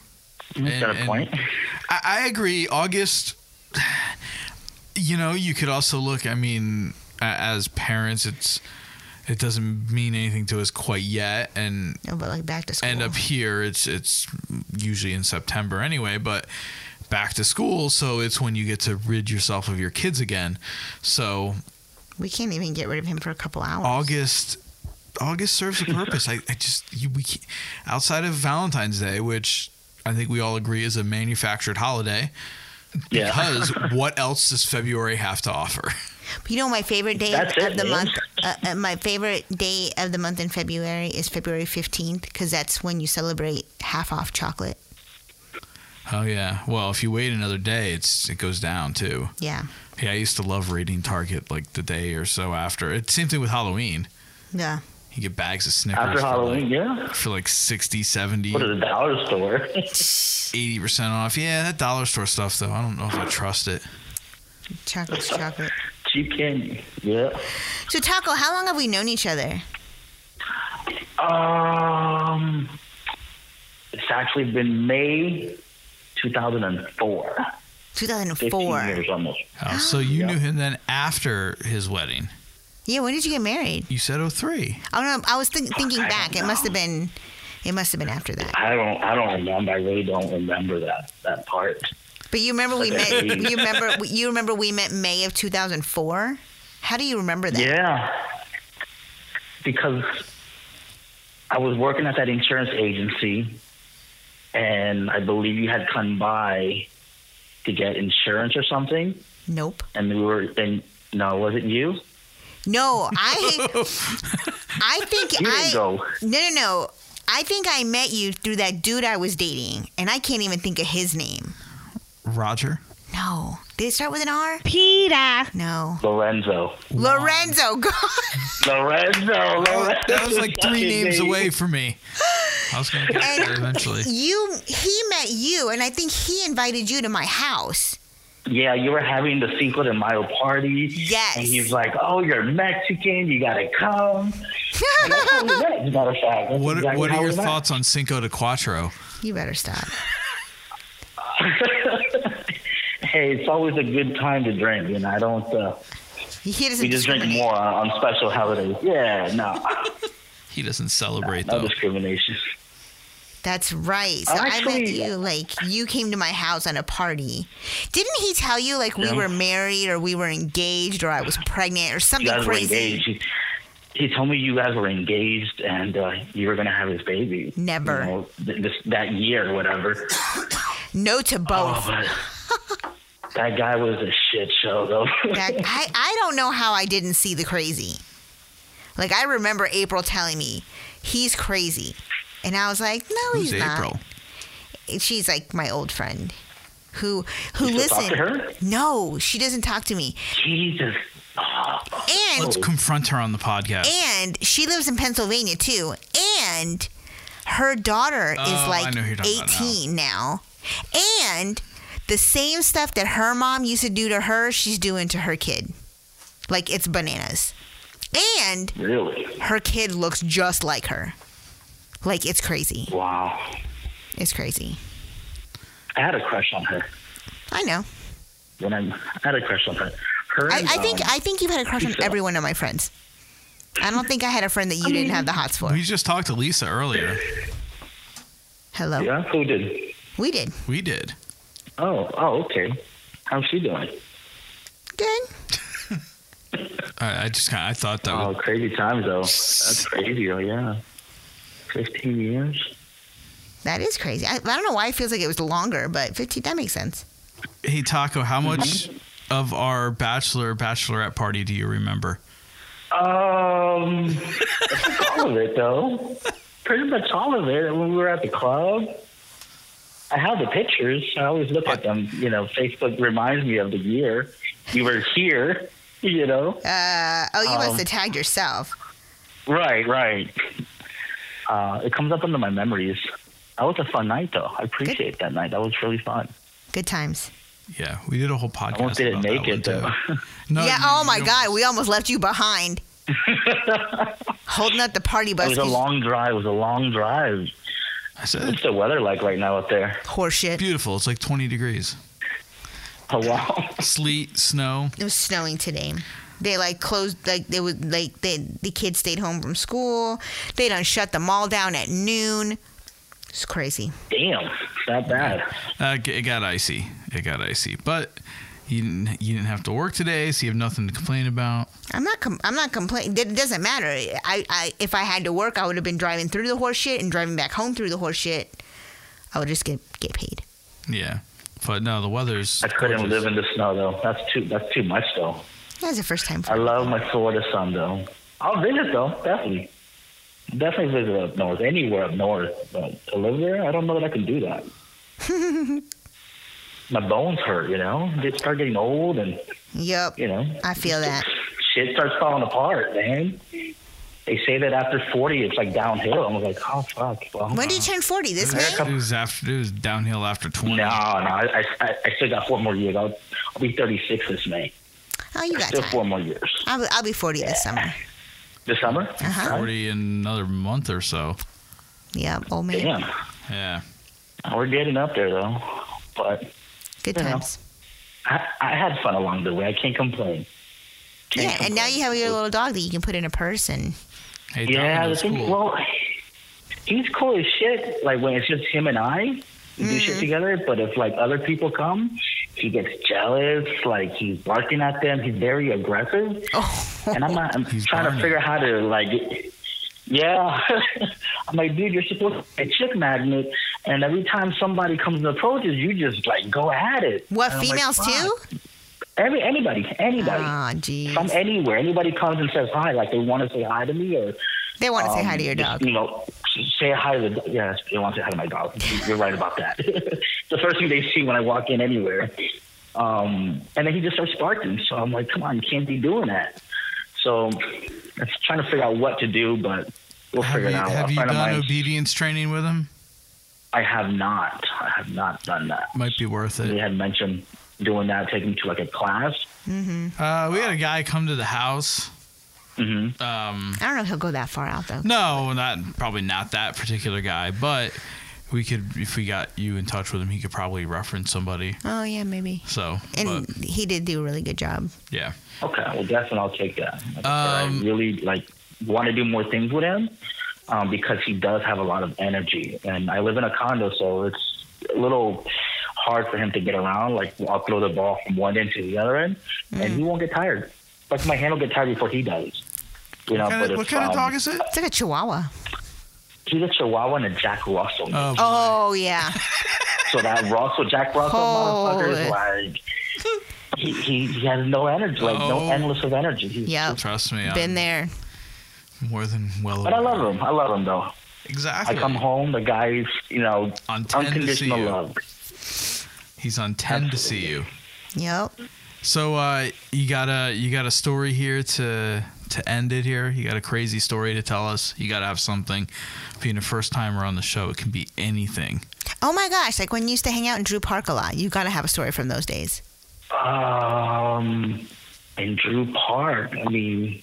[SPEAKER 9] Is that
[SPEAKER 7] And-
[SPEAKER 9] a point?
[SPEAKER 7] I, I agree. August, you know, you could also look. I mean, a- as parents, it's it doesn't mean anything to us quite yet, and
[SPEAKER 4] No, but like back to school.
[SPEAKER 7] and uh, up here, it's it's usually in September anyway. But back to school, so it's when you get to rid yourself of your kids again. So
[SPEAKER 4] we can't even get rid of him for a couple hours.
[SPEAKER 7] August. August serves a purpose. I, I just you, we can't, outside of Valentine's Day, which I think we all agree is a manufactured holiday.
[SPEAKER 9] Yeah.
[SPEAKER 7] Because what else does February have to offer?
[SPEAKER 4] You know, my favorite day
[SPEAKER 9] That's
[SPEAKER 4] of
[SPEAKER 9] it,
[SPEAKER 4] the
[SPEAKER 9] man.
[SPEAKER 4] month. Uh, uh, my favorite day of the month in February is February fifteenth because that's when you celebrate half off chocolate.
[SPEAKER 7] Oh yeah. Well, if you wait another day, it's it goes down too.
[SPEAKER 4] Yeah,
[SPEAKER 7] Yeah, I used to love raiding Target like the day or so after. It's same thing with Halloween.
[SPEAKER 4] yeah.
[SPEAKER 7] You get bags of Snickers
[SPEAKER 9] After
[SPEAKER 7] for,
[SPEAKER 9] Halloween,
[SPEAKER 7] like,
[SPEAKER 9] yeah.
[SPEAKER 7] for like 60, 70,
[SPEAKER 9] Go to the dollar store.
[SPEAKER 7] 80% off. Yeah, that dollar store stuff though. I don't know if I trust it.
[SPEAKER 4] Chocolate's chocolate.
[SPEAKER 9] Cheap candy. Yeah.
[SPEAKER 4] So Taco, how long have we known each other?
[SPEAKER 9] Um, it's actually been May 2004.
[SPEAKER 4] 2004.
[SPEAKER 9] 15 years almost.
[SPEAKER 7] Oh, so you
[SPEAKER 9] Yeah.
[SPEAKER 7] knew him then after his wedding.
[SPEAKER 4] Yeah, when did you get married?
[SPEAKER 7] You said 03.
[SPEAKER 4] I don't know. I was think thinking
[SPEAKER 9] I don't
[SPEAKER 4] back. It must
[SPEAKER 9] know.
[SPEAKER 4] have been. It must have been after that.
[SPEAKER 9] I don't. I don't remember. I really don't remember that that part.
[SPEAKER 4] But you remember we met.
[SPEAKER 9] Okay.
[SPEAKER 4] You remember. You remember we met May of 2004. How do you remember that?
[SPEAKER 9] Yeah, because I was working at that insurance agency, and I believe you had come by to get insurance or something,
[SPEAKER 4] Nope.
[SPEAKER 9] and we were. And no, was it you?
[SPEAKER 4] No, I. I think
[SPEAKER 9] You
[SPEAKER 4] I.
[SPEAKER 9] didn't go.
[SPEAKER 4] No, no, no. I think I met you through that dude I was dating, and I can't even think of his name.
[SPEAKER 7] Roger.
[SPEAKER 4] No. Did it start with an R?
[SPEAKER 10] Peter.
[SPEAKER 4] No.
[SPEAKER 9] Lorenzo.
[SPEAKER 4] Lorenzo. God.
[SPEAKER 9] Lorenzo. Lorenzo.
[SPEAKER 7] That was like three
[SPEAKER 9] Fucking
[SPEAKER 7] names
[SPEAKER 9] name.
[SPEAKER 7] away from me. I was going to get there eventually.
[SPEAKER 4] You. He met you, and I think he invited you to my house.
[SPEAKER 9] Yeah, you were having the Cinco de Mayo party.
[SPEAKER 4] Yes.
[SPEAKER 9] And he's like, "Oh, you're Mexican. You gotta come." And that's how we met, as a matter of fact. That's
[SPEAKER 7] What,
[SPEAKER 9] exactly
[SPEAKER 7] what
[SPEAKER 9] how
[SPEAKER 7] are
[SPEAKER 9] we
[SPEAKER 7] your
[SPEAKER 9] met.
[SPEAKER 7] thoughts on Cinco de Cuatro?
[SPEAKER 4] you better stop.
[SPEAKER 9] Hey, it's always a good time to drink, and I don't. Uh,
[SPEAKER 4] He doesn't
[SPEAKER 9] we just drink
[SPEAKER 4] discriminate.
[SPEAKER 9] more on, on special holidays. Yeah, no,
[SPEAKER 7] He doesn't celebrate
[SPEAKER 9] no
[SPEAKER 7] though.
[SPEAKER 9] discrimination.
[SPEAKER 4] That's right. So
[SPEAKER 9] I'm
[SPEAKER 4] I met
[SPEAKER 9] actually-
[SPEAKER 4] you like you came to my house on a party. Didn't he tell you like we
[SPEAKER 9] Yeah.
[SPEAKER 4] were married or we were engaged or I was pregnant or
[SPEAKER 9] You
[SPEAKER 4] something
[SPEAKER 9] guys were
[SPEAKER 4] crazy?
[SPEAKER 9] engaged. He, he told me you guys were engaged, and uh, you were gonna have his baby.
[SPEAKER 4] Never.
[SPEAKER 9] You know, th- this, that year, or whatever.
[SPEAKER 4] No
[SPEAKER 9] Oh,
[SPEAKER 4] to both.
[SPEAKER 9] but that guy was a shit show, though.
[SPEAKER 4] That- I, I don't know how I didn't see the crazy. Like I remember April telling me he's crazy. And I was like, No,
[SPEAKER 7] Who's
[SPEAKER 4] he's not.
[SPEAKER 7] April?
[SPEAKER 4] She's like my old friend. Who who
[SPEAKER 9] You still
[SPEAKER 4] listen
[SPEAKER 9] talk to her?
[SPEAKER 4] No, she doesn't talk to me.
[SPEAKER 9] Jesus. Oh,
[SPEAKER 4] And
[SPEAKER 7] Let's confront her on the podcast.
[SPEAKER 4] and she lives in Pennsylvania too. And her daughter
[SPEAKER 7] Oh,
[SPEAKER 4] is
[SPEAKER 7] I
[SPEAKER 4] like
[SPEAKER 7] know who you're talking about
[SPEAKER 4] 18 now. And the same stuff that her mom used to do to her, she's doing to her kid. Like it's bananas. And
[SPEAKER 9] really?
[SPEAKER 4] her kid looks just like her. Like it's crazy.
[SPEAKER 9] Wow.
[SPEAKER 4] It's crazy.
[SPEAKER 9] I had a crush on her
[SPEAKER 4] I know.
[SPEAKER 9] when I, I had a crush on her. Her.
[SPEAKER 4] I,
[SPEAKER 9] and,
[SPEAKER 4] I think
[SPEAKER 7] Oh.
[SPEAKER 9] um,
[SPEAKER 4] I think you've had a crush on
[SPEAKER 9] Lisa.
[SPEAKER 4] every one of my friends. I don't think I had a friend that you didn't have the hots for.
[SPEAKER 7] We Oh, just talked to Lisa earlier.
[SPEAKER 4] Hello.
[SPEAKER 9] Yeah, who did?
[SPEAKER 4] We did.
[SPEAKER 7] We did.
[SPEAKER 9] Oh, oh, okay. How's she doing?
[SPEAKER 4] Good.
[SPEAKER 7] I, I just kind of I thought that.
[SPEAKER 9] Oh,
[SPEAKER 7] would-
[SPEAKER 9] crazy times though. That's crazy though. Yeah. Fifteen years.
[SPEAKER 4] That is crazy. I, I don't know why it feels like it was longer, but 15, that makes sense.
[SPEAKER 9] Oh.
[SPEAKER 7] hey Taco, how
[SPEAKER 9] Mm-hmm.
[SPEAKER 7] much of our bachelor bachelorette party do you remember?
[SPEAKER 9] Um, I think all of it though. Pretty much all of it. When we were at the club, I have the pictures. I always look at them. You know, Facebook reminds me of the year we were here. you know?
[SPEAKER 4] Uh, oh, you must
[SPEAKER 9] Um,
[SPEAKER 4] have tagged yourself.
[SPEAKER 9] Right, right. Uh, it comes up under my memories. That was a fun night, though. I appreciate that night. That was really fun.
[SPEAKER 4] Good times.
[SPEAKER 7] Yeah, we did a whole podcast.
[SPEAKER 9] I almost didn't
[SPEAKER 7] about that
[SPEAKER 9] make
[SPEAKER 7] one,
[SPEAKER 9] it, though.
[SPEAKER 7] too. No,
[SPEAKER 4] yeah.
[SPEAKER 7] you-
[SPEAKER 4] Oh my
[SPEAKER 7] you
[SPEAKER 4] God, we almost left you behind. Holding up the party
[SPEAKER 9] it
[SPEAKER 4] bus.
[SPEAKER 9] was a long drive. It was a long drive.
[SPEAKER 7] I said,
[SPEAKER 9] What's the weather like right now out there?
[SPEAKER 4] horseshit.
[SPEAKER 7] beautiful. It's like 20 degrees.
[SPEAKER 9] Oh, wow.
[SPEAKER 7] Sleet, snow.
[SPEAKER 4] It was snowing today. They like closed like they would like they the kids stayed home from school. They done shut the mall down at noon. It's crazy.
[SPEAKER 9] Damn. It's not bad.
[SPEAKER 7] Uh, it got icy. It got icy. But you didn't, you didn't have to work today, so you have nothing to complain about.
[SPEAKER 4] I'm not. Com- I'm not complaining. It doesn't matter. I, I, if I had to work, I would have been driving through the horseshit and driving back home through the horseshit. I would just get get paid.
[SPEAKER 7] Yeah. But no, the weather's.
[SPEAKER 9] I couldn't
[SPEAKER 7] gorgeous.
[SPEAKER 9] live in the snow, though. That's too, that's too much, though.
[SPEAKER 4] That was the first time.
[SPEAKER 9] I
[SPEAKER 4] For-
[SPEAKER 9] love my Florida sun though. I'll visit though, definitely. Definitely visit up north, anywhere up north. But to live there, I don't know that I can do that. my bones hurt, you know. They start getting old, and
[SPEAKER 4] yep.
[SPEAKER 9] you know,
[SPEAKER 4] I feel that.
[SPEAKER 9] shit starts falling apart, man. They say that after forty, it's like downhill. I'm like, oh fuck. Well,
[SPEAKER 4] When do you turn 40? This May?
[SPEAKER 7] It was after it was downhill after
[SPEAKER 9] no,
[SPEAKER 7] 20.
[SPEAKER 9] no, I, I, I still got four more years. I'll, I'll be 36 this May.
[SPEAKER 4] Oh, you got
[SPEAKER 9] Still four
[SPEAKER 4] time.
[SPEAKER 9] more years.
[SPEAKER 4] I'll, be- I'll be 40 this summer.
[SPEAKER 9] This summer?
[SPEAKER 4] Uh-huh.
[SPEAKER 7] 40 in another month or so.
[SPEAKER 4] Yep. Old man.
[SPEAKER 9] Damn.
[SPEAKER 7] Yeah.
[SPEAKER 9] We're getting up there, though. But
[SPEAKER 4] Good
[SPEAKER 9] Yeah.
[SPEAKER 4] times.
[SPEAKER 9] I, I had fun along the way. I can't complain. Can't
[SPEAKER 4] Yeah. And now you have your little dog that you can put in a purse and.
[SPEAKER 7] Hey,
[SPEAKER 9] Yeah, the
[SPEAKER 7] Domino's
[SPEAKER 9] thing,
[SPEAKER 7] cool.
[SPEAKER 9] well, he's cool as shit. Like when it's just him and I we do
[SPEAKER 4] Mm-hmm.
[SPEAKER 9] shit together. But if like other people come, he gets jealous. Like he's barking at them. He's very aggressive.
[SPEAKER 4] Oh.
[SPEAKER 9] And I'm not. I'm
[SPEAKER 7] He's
[SPEAKER 9] trying
[SPEAKER 7] Barney.
[SPEAKER 9] to figure out how to like. Yeah, I'm like, dude, you're supposed to be a chick magnet, and every time somebody comes and approaches, you just like go at it.
[SPEAKER 4] What
[SPEAKER 9] And I'm like,
[SPEAKER 4] females
[SPEAKER 9] "Fuck."
[SPEAKER 4] too?
[SPEAKER 9] Every anybody, anybody.
[SPEAKER 4] Ah,
[SPEAKER 9] from
[SPEAKER 4] jeez.
[SPEAKER 9] anywhere. Anybody comes and says hi, like they want to say hi to me, or
[SPEAKER 4] They want to say
[SPEAKER 9] um,
[SPEAKER 4] hi to your
[SPEAKER 9] just,
[SPEAKER 4] dog.
[SPEAKER 9] You know, say hi to the yeah. They want to say hi to my dog. You're right about that. It's the first thing they see when I walk in anywhere, um, and then he just starts barking. So I'm like, come on, you can't be doing that. So I'm trying to figure out what to do, but we'll
[SPEAKER 7] have
[SPEAKER 9] figure
[SPEAKER 7] you,
[SPEAKER 9] it out.
[SPEAKER 7] have
[SPEAKER 9] a
[SPEAKER 7] you
[SPEAKER 9] friend of
[SPEAKER 7] done
[SPEAKER 9] mine,
[SPEAKER 7] obedience training with him?
[SPEAKER 9] I have not. I have not done that.
[SPEAKER 7] Might be worth it.
[SPEAKER 9] They had mentioned doing that, taking him to like a class.
[SPEAKER 7] Uh, we had a guy come to the house.
[SPEAKER 9] Mhm.
[SPEAKER 7] Um,
[SPEAKER 4] I don't know if he'll go that far out though.
[SPEAKER 7] no, Oh, not probably not that particular guy, but we could if we got you in touch with him, he could probably reference somebody.
[SPEAKER 4] Oh yeah, maybe.
[SPEAKER 7] So,
[SPEAKER 4] And
[SPEAKER 7] but,
[SPEAKER 4] he did do a really good job.
[SPEAKER 7] yeah,
[SPEAKER 9] Okay, well, definitely I'll take that. Like I said,
[SPEAKER 7] Um,
[SPEAKER 9] I really like want to do more things with him um, because he does have a lot of energy, and I live in a condo, so it's a little hard for him to get around. Like I'll throw the ball from one end to the other end, and
[SPEAKER 7] Mm.
[SPEAKER 9] he won't get tired. Like my hand will get tired before he does. You know,
[SPEAKER 7] what kind,
[SPEAKER 9] but
[SPEAKER 7] of, what
[SPEAKER 9] if,
[SPEAKER 7] kind of
[SPEAKER 9] um,
[SPEAKER 7] dog is it?
[SPEAKER 4] It's like a chihuahua.
[SPEAKER 9] He's a Chihuahua and a Jack Russell.
[SPEAKER 7] Oh,
[SPEAKER 4] Oh yeah.
[SPEAKER 9] So that Russell, Jack Russell motherfucker is like, he, he, he has no energy, like
[SPEAKER 7] Oh.
[SPEAKER 9] no endless of energy. He's,
[SPEAKER 4] Yep.
[SPEAKER 7] trust me, I'm
[SPEAKER 4] Been there.
[SPEAKER 7] more than well.
[SPEAKER 9] But I
[SPEAKER 7] aware.
[SPEAKER 9] love him. I love him, though. I
[SPEAKER 7] Exactly.
[SPEAKER 9] come home, the guy's, you know,
[SPEAKER 7] On 10 to
[SPEAKER 9] unconditional
[SPEAKER 7] see you.
[SPEAKER 9] love.
[SPEAKER 7] He's on ten to see you.
[SPEAKER 4] Yep.
[SPEAKER 7] So uh, you got a you got a story here to to end it here. You got a crazy story to tell us. You got to have something. Being a first timer on the show, it can be anything.
[SPEAKER 4] Oh my gosh, like when you used to hang out in Drew Park a lot, you gotta have a story from those days.
[SPEAKER 9] Um, in Drew Park, I mean,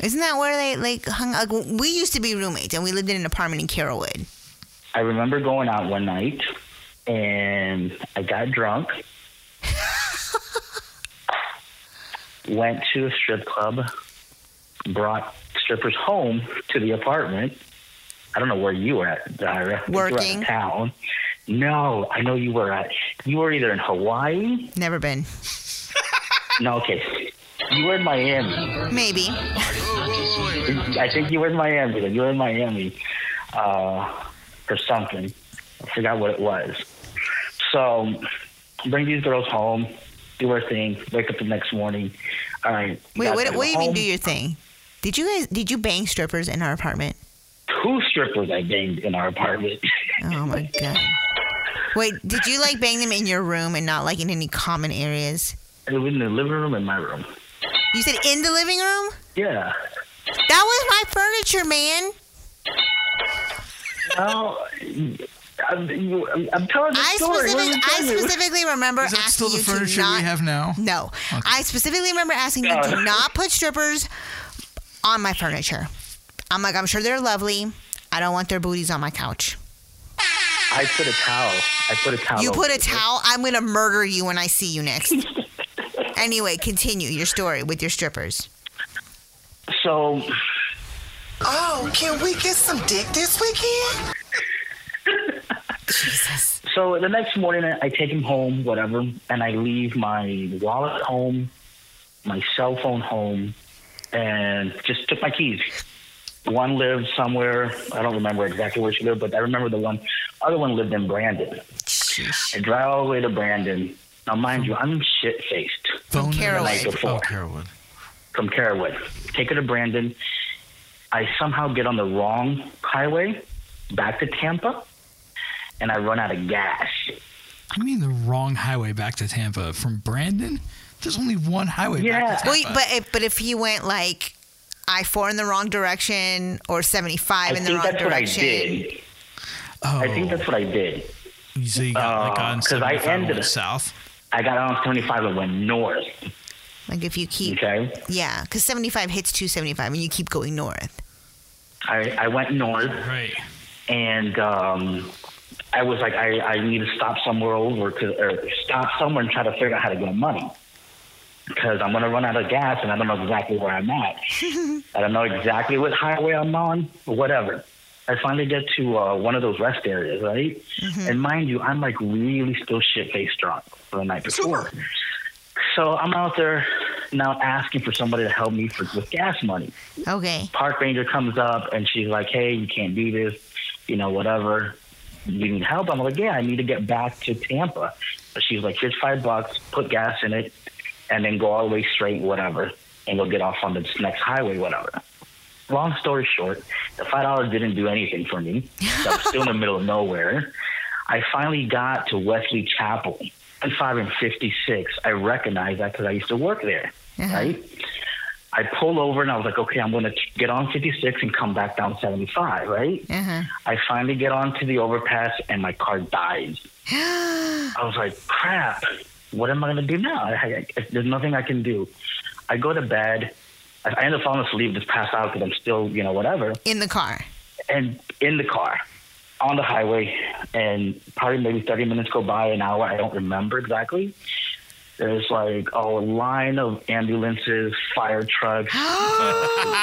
[SPEAKER 4] Isn't that where they like hung? Like, we used to be roommates and we lived in an apartment in Carrollwood.
[SPEAKER 9] I remember going out one night and I got drunk. went to a strip club, brought strippers home to the apartment. I don't know where you were at, Dara. You were out of
[SPEAKER 4] Working.
[SPEAKER 9] town. No, I know you were at. You were either in Hawaii.
[SPEAKER 4] Never been.
[SPEAKER 9] No, okay. You were in Miami.
[SPEAKER 4] Maybe.
[SPEAKER 9] I think you were in Miami. You were in Miami uh, or something. I forgot what it was. So bring these girls home, do our thing, wake up the next morning. All right.
[SPEAKER 4] Wait,
[SPEAKER 9] gotta
[SPEAKER 4] what,
[SPEAKER 9] go
[SPEAKER 4] what do you mean
[SPEAKER 9] home.
[SPEAKER 4] do your thing? Did you guys, did you bang strippers in our apartment?
[SPEAKER 9] Two strippers I banged in our apartment.
[SPEAKER 4] Oh my God. Wait, did you like bang them in your room and not like in any common areas?
[SPEAKER 9] It was in the living room and my room.
[SPEAKER 4] You said in the living room?
[SPEAKER 9] Yeah.
[SPEAKER 4] That was my furniture, man.
[SPEAKER 9] No, I'm, you- I'm- I'm telling the
[SPEAKER 4] I,
[SPEAKER 9] story. What am
[SPEAKER 4] specific, I
[SPEAKER 9] telling you?
[SPEAKER 4] specifically remember
[SPEAKER 7] Is that
[SPEAKER 4] asking
[SPEAKER 7] still the
[SPEAKER 4] you
[SPEAKER 7] furniture
[SPEAKER 4] to not.
[SPEAKER 7] we have now?
[SPEAKER 4] No, I specifically remember asking you to not put strippers on my furniture. I'm like, I'm sure they're lovely. I don't want their booties on my couch.
[SPEAKER 9] I put a towel. I put a towel.
[SPEAKER 4] You
[SPEAKER 9] over
[SPEAKER 4] put a
[SPEAKER 9] it.
[SPEAKER 4] towel. I'm gonna murder you when I see you next. anyway, continue your story with your strippers.
[SPEAKER 9] So
[SPEAKER 2] Oh, can we get some dick this weekend?
[SPEAKER 9] So the next morning, I I take him home, whatever, and I leave my wallet home, my cell phone home, and just took my keys. One lived somewhere. I don't remember exactly where she lived, but I remember the one other one lived in Brandon. I drive all the way to Brandon. Now, mind you, I'm shit faced
[SPEAKER 7] Phone
[SPEAKER 4] Carowood.
[SPEAKER 7] Oh, Carowood.
[SPEAKER 9] from Carowood. Take her to Brandon. I somehow get on the wrong highway back to Tampa, and I run out of gas.
[SPEAKER 7] You mean the wrong highway back to Tampa from Brandon? There's only one highway
[SPEAKER 9] Yeah.
[SPEAKER 7] back to
[SPEAKER 4] Wait,
[SPEAKER 7] Tampa.
[SPEAKER 4] but if, but if he went like I four in the wrong direction or 75
[SPEAKER 9] I
[SPEAKER 4] in the
[SPEAKER 9] think
[SPEAKER 4] wrong
[SPEAKER 9] that's what I
[SPEAKER 4] direction,
[SPEAKER 9] did.
[SPEAKER 7] oh,
[SPEAKER 9] I think that's what I did.
[SPEAKER 7] so you got like
[SPEAKER 9] Uh,
[SPEAKER 7] on
[SPEAKER 9] 'cause I
[SPEAKER 7] 75 and
[SPEAKER 9] ended
[SPEAKER 7] went
[SPEAKER 9] it.
[SPEAKER 7] south.
[SPEAKER 9] I got on 75 and went north.
[SPEAKER 4] like if you keep
[SPEAKER 9] Okay.
[SPEAKER 4] yeah, because 75 hits 275 and you keep going north.
[SPEAKER 9] I, I went north
[SPEAKER 7] Right.
[SPEAKER 9] and um, I was like, I, I need to stop somewhere over to, or stop somewhere and try to figure out how to get money. Because I'm going to run out of gas and I don't know exactly where I'm at. I don't know exactly what highway I'm on or whatever. I finally get to uh, one of those rest areas, right? And mind you, I'm like really still shit faced drunk from the night before. So I'm out there now asking for somebody to help me for, with gas money.
[SPEAKER 4] Okay.
[SPEAKER 9] park ranger comes up and she's like, "Hey, you can't do this, you know, whatever. You need help." I'm like, "Yeah, I need to get back to Tampa." But she's like, "Here's five bucks. Put gas in it, and then go all the way straight, whatever, and go get off on this next highway, whatever." Long story short, the five dollars didn't do anything for me. I was still in the middle of nowhere. I finally got to Wesley Chapel. And five and fifty-six. I recognize that because I used to work there, right? I pull over and I was like, okay, I'm going to get on 56 and come back down 75, right?
[SPEAKER 4] Uh-huh.
[SPEAKER 9] I finally get onto the overpass and my car dies. I was like, crap, what am I going to do now? I, I, I- there's nothing I can do. I go to bed. I, I end up falling asleep, just pass out because I'm still, you know, whatever.
[SPEAKER 4] In the car.
[SPEAKER 9] And in the car, on the highway, and probably maybe 30 minutes go by, an hour, I don't remember exactly. There's like a line of ambulances, fire trucks,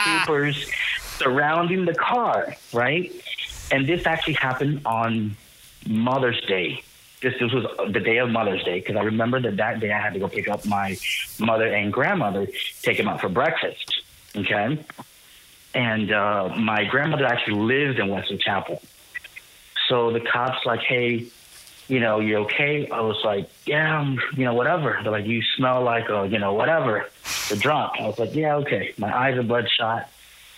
[SPEAKER 9] troopers surrounding the car, right? And this actually happened on Mother's Day. This, this was the day of Mother's Day because I remember that that day I had to go pick up my mother and grandmother, take them out for breakfast. Okay. And uh, my grandmother actually lives in Wesley Chapel. So the cops like, hey, you know, you okay? I was like, yeah, I'm, you know, whatever. They're like, you smell like, uh, you know, whatever. You're drunk. I was like, yeah, okay. My eyes are bloodshot.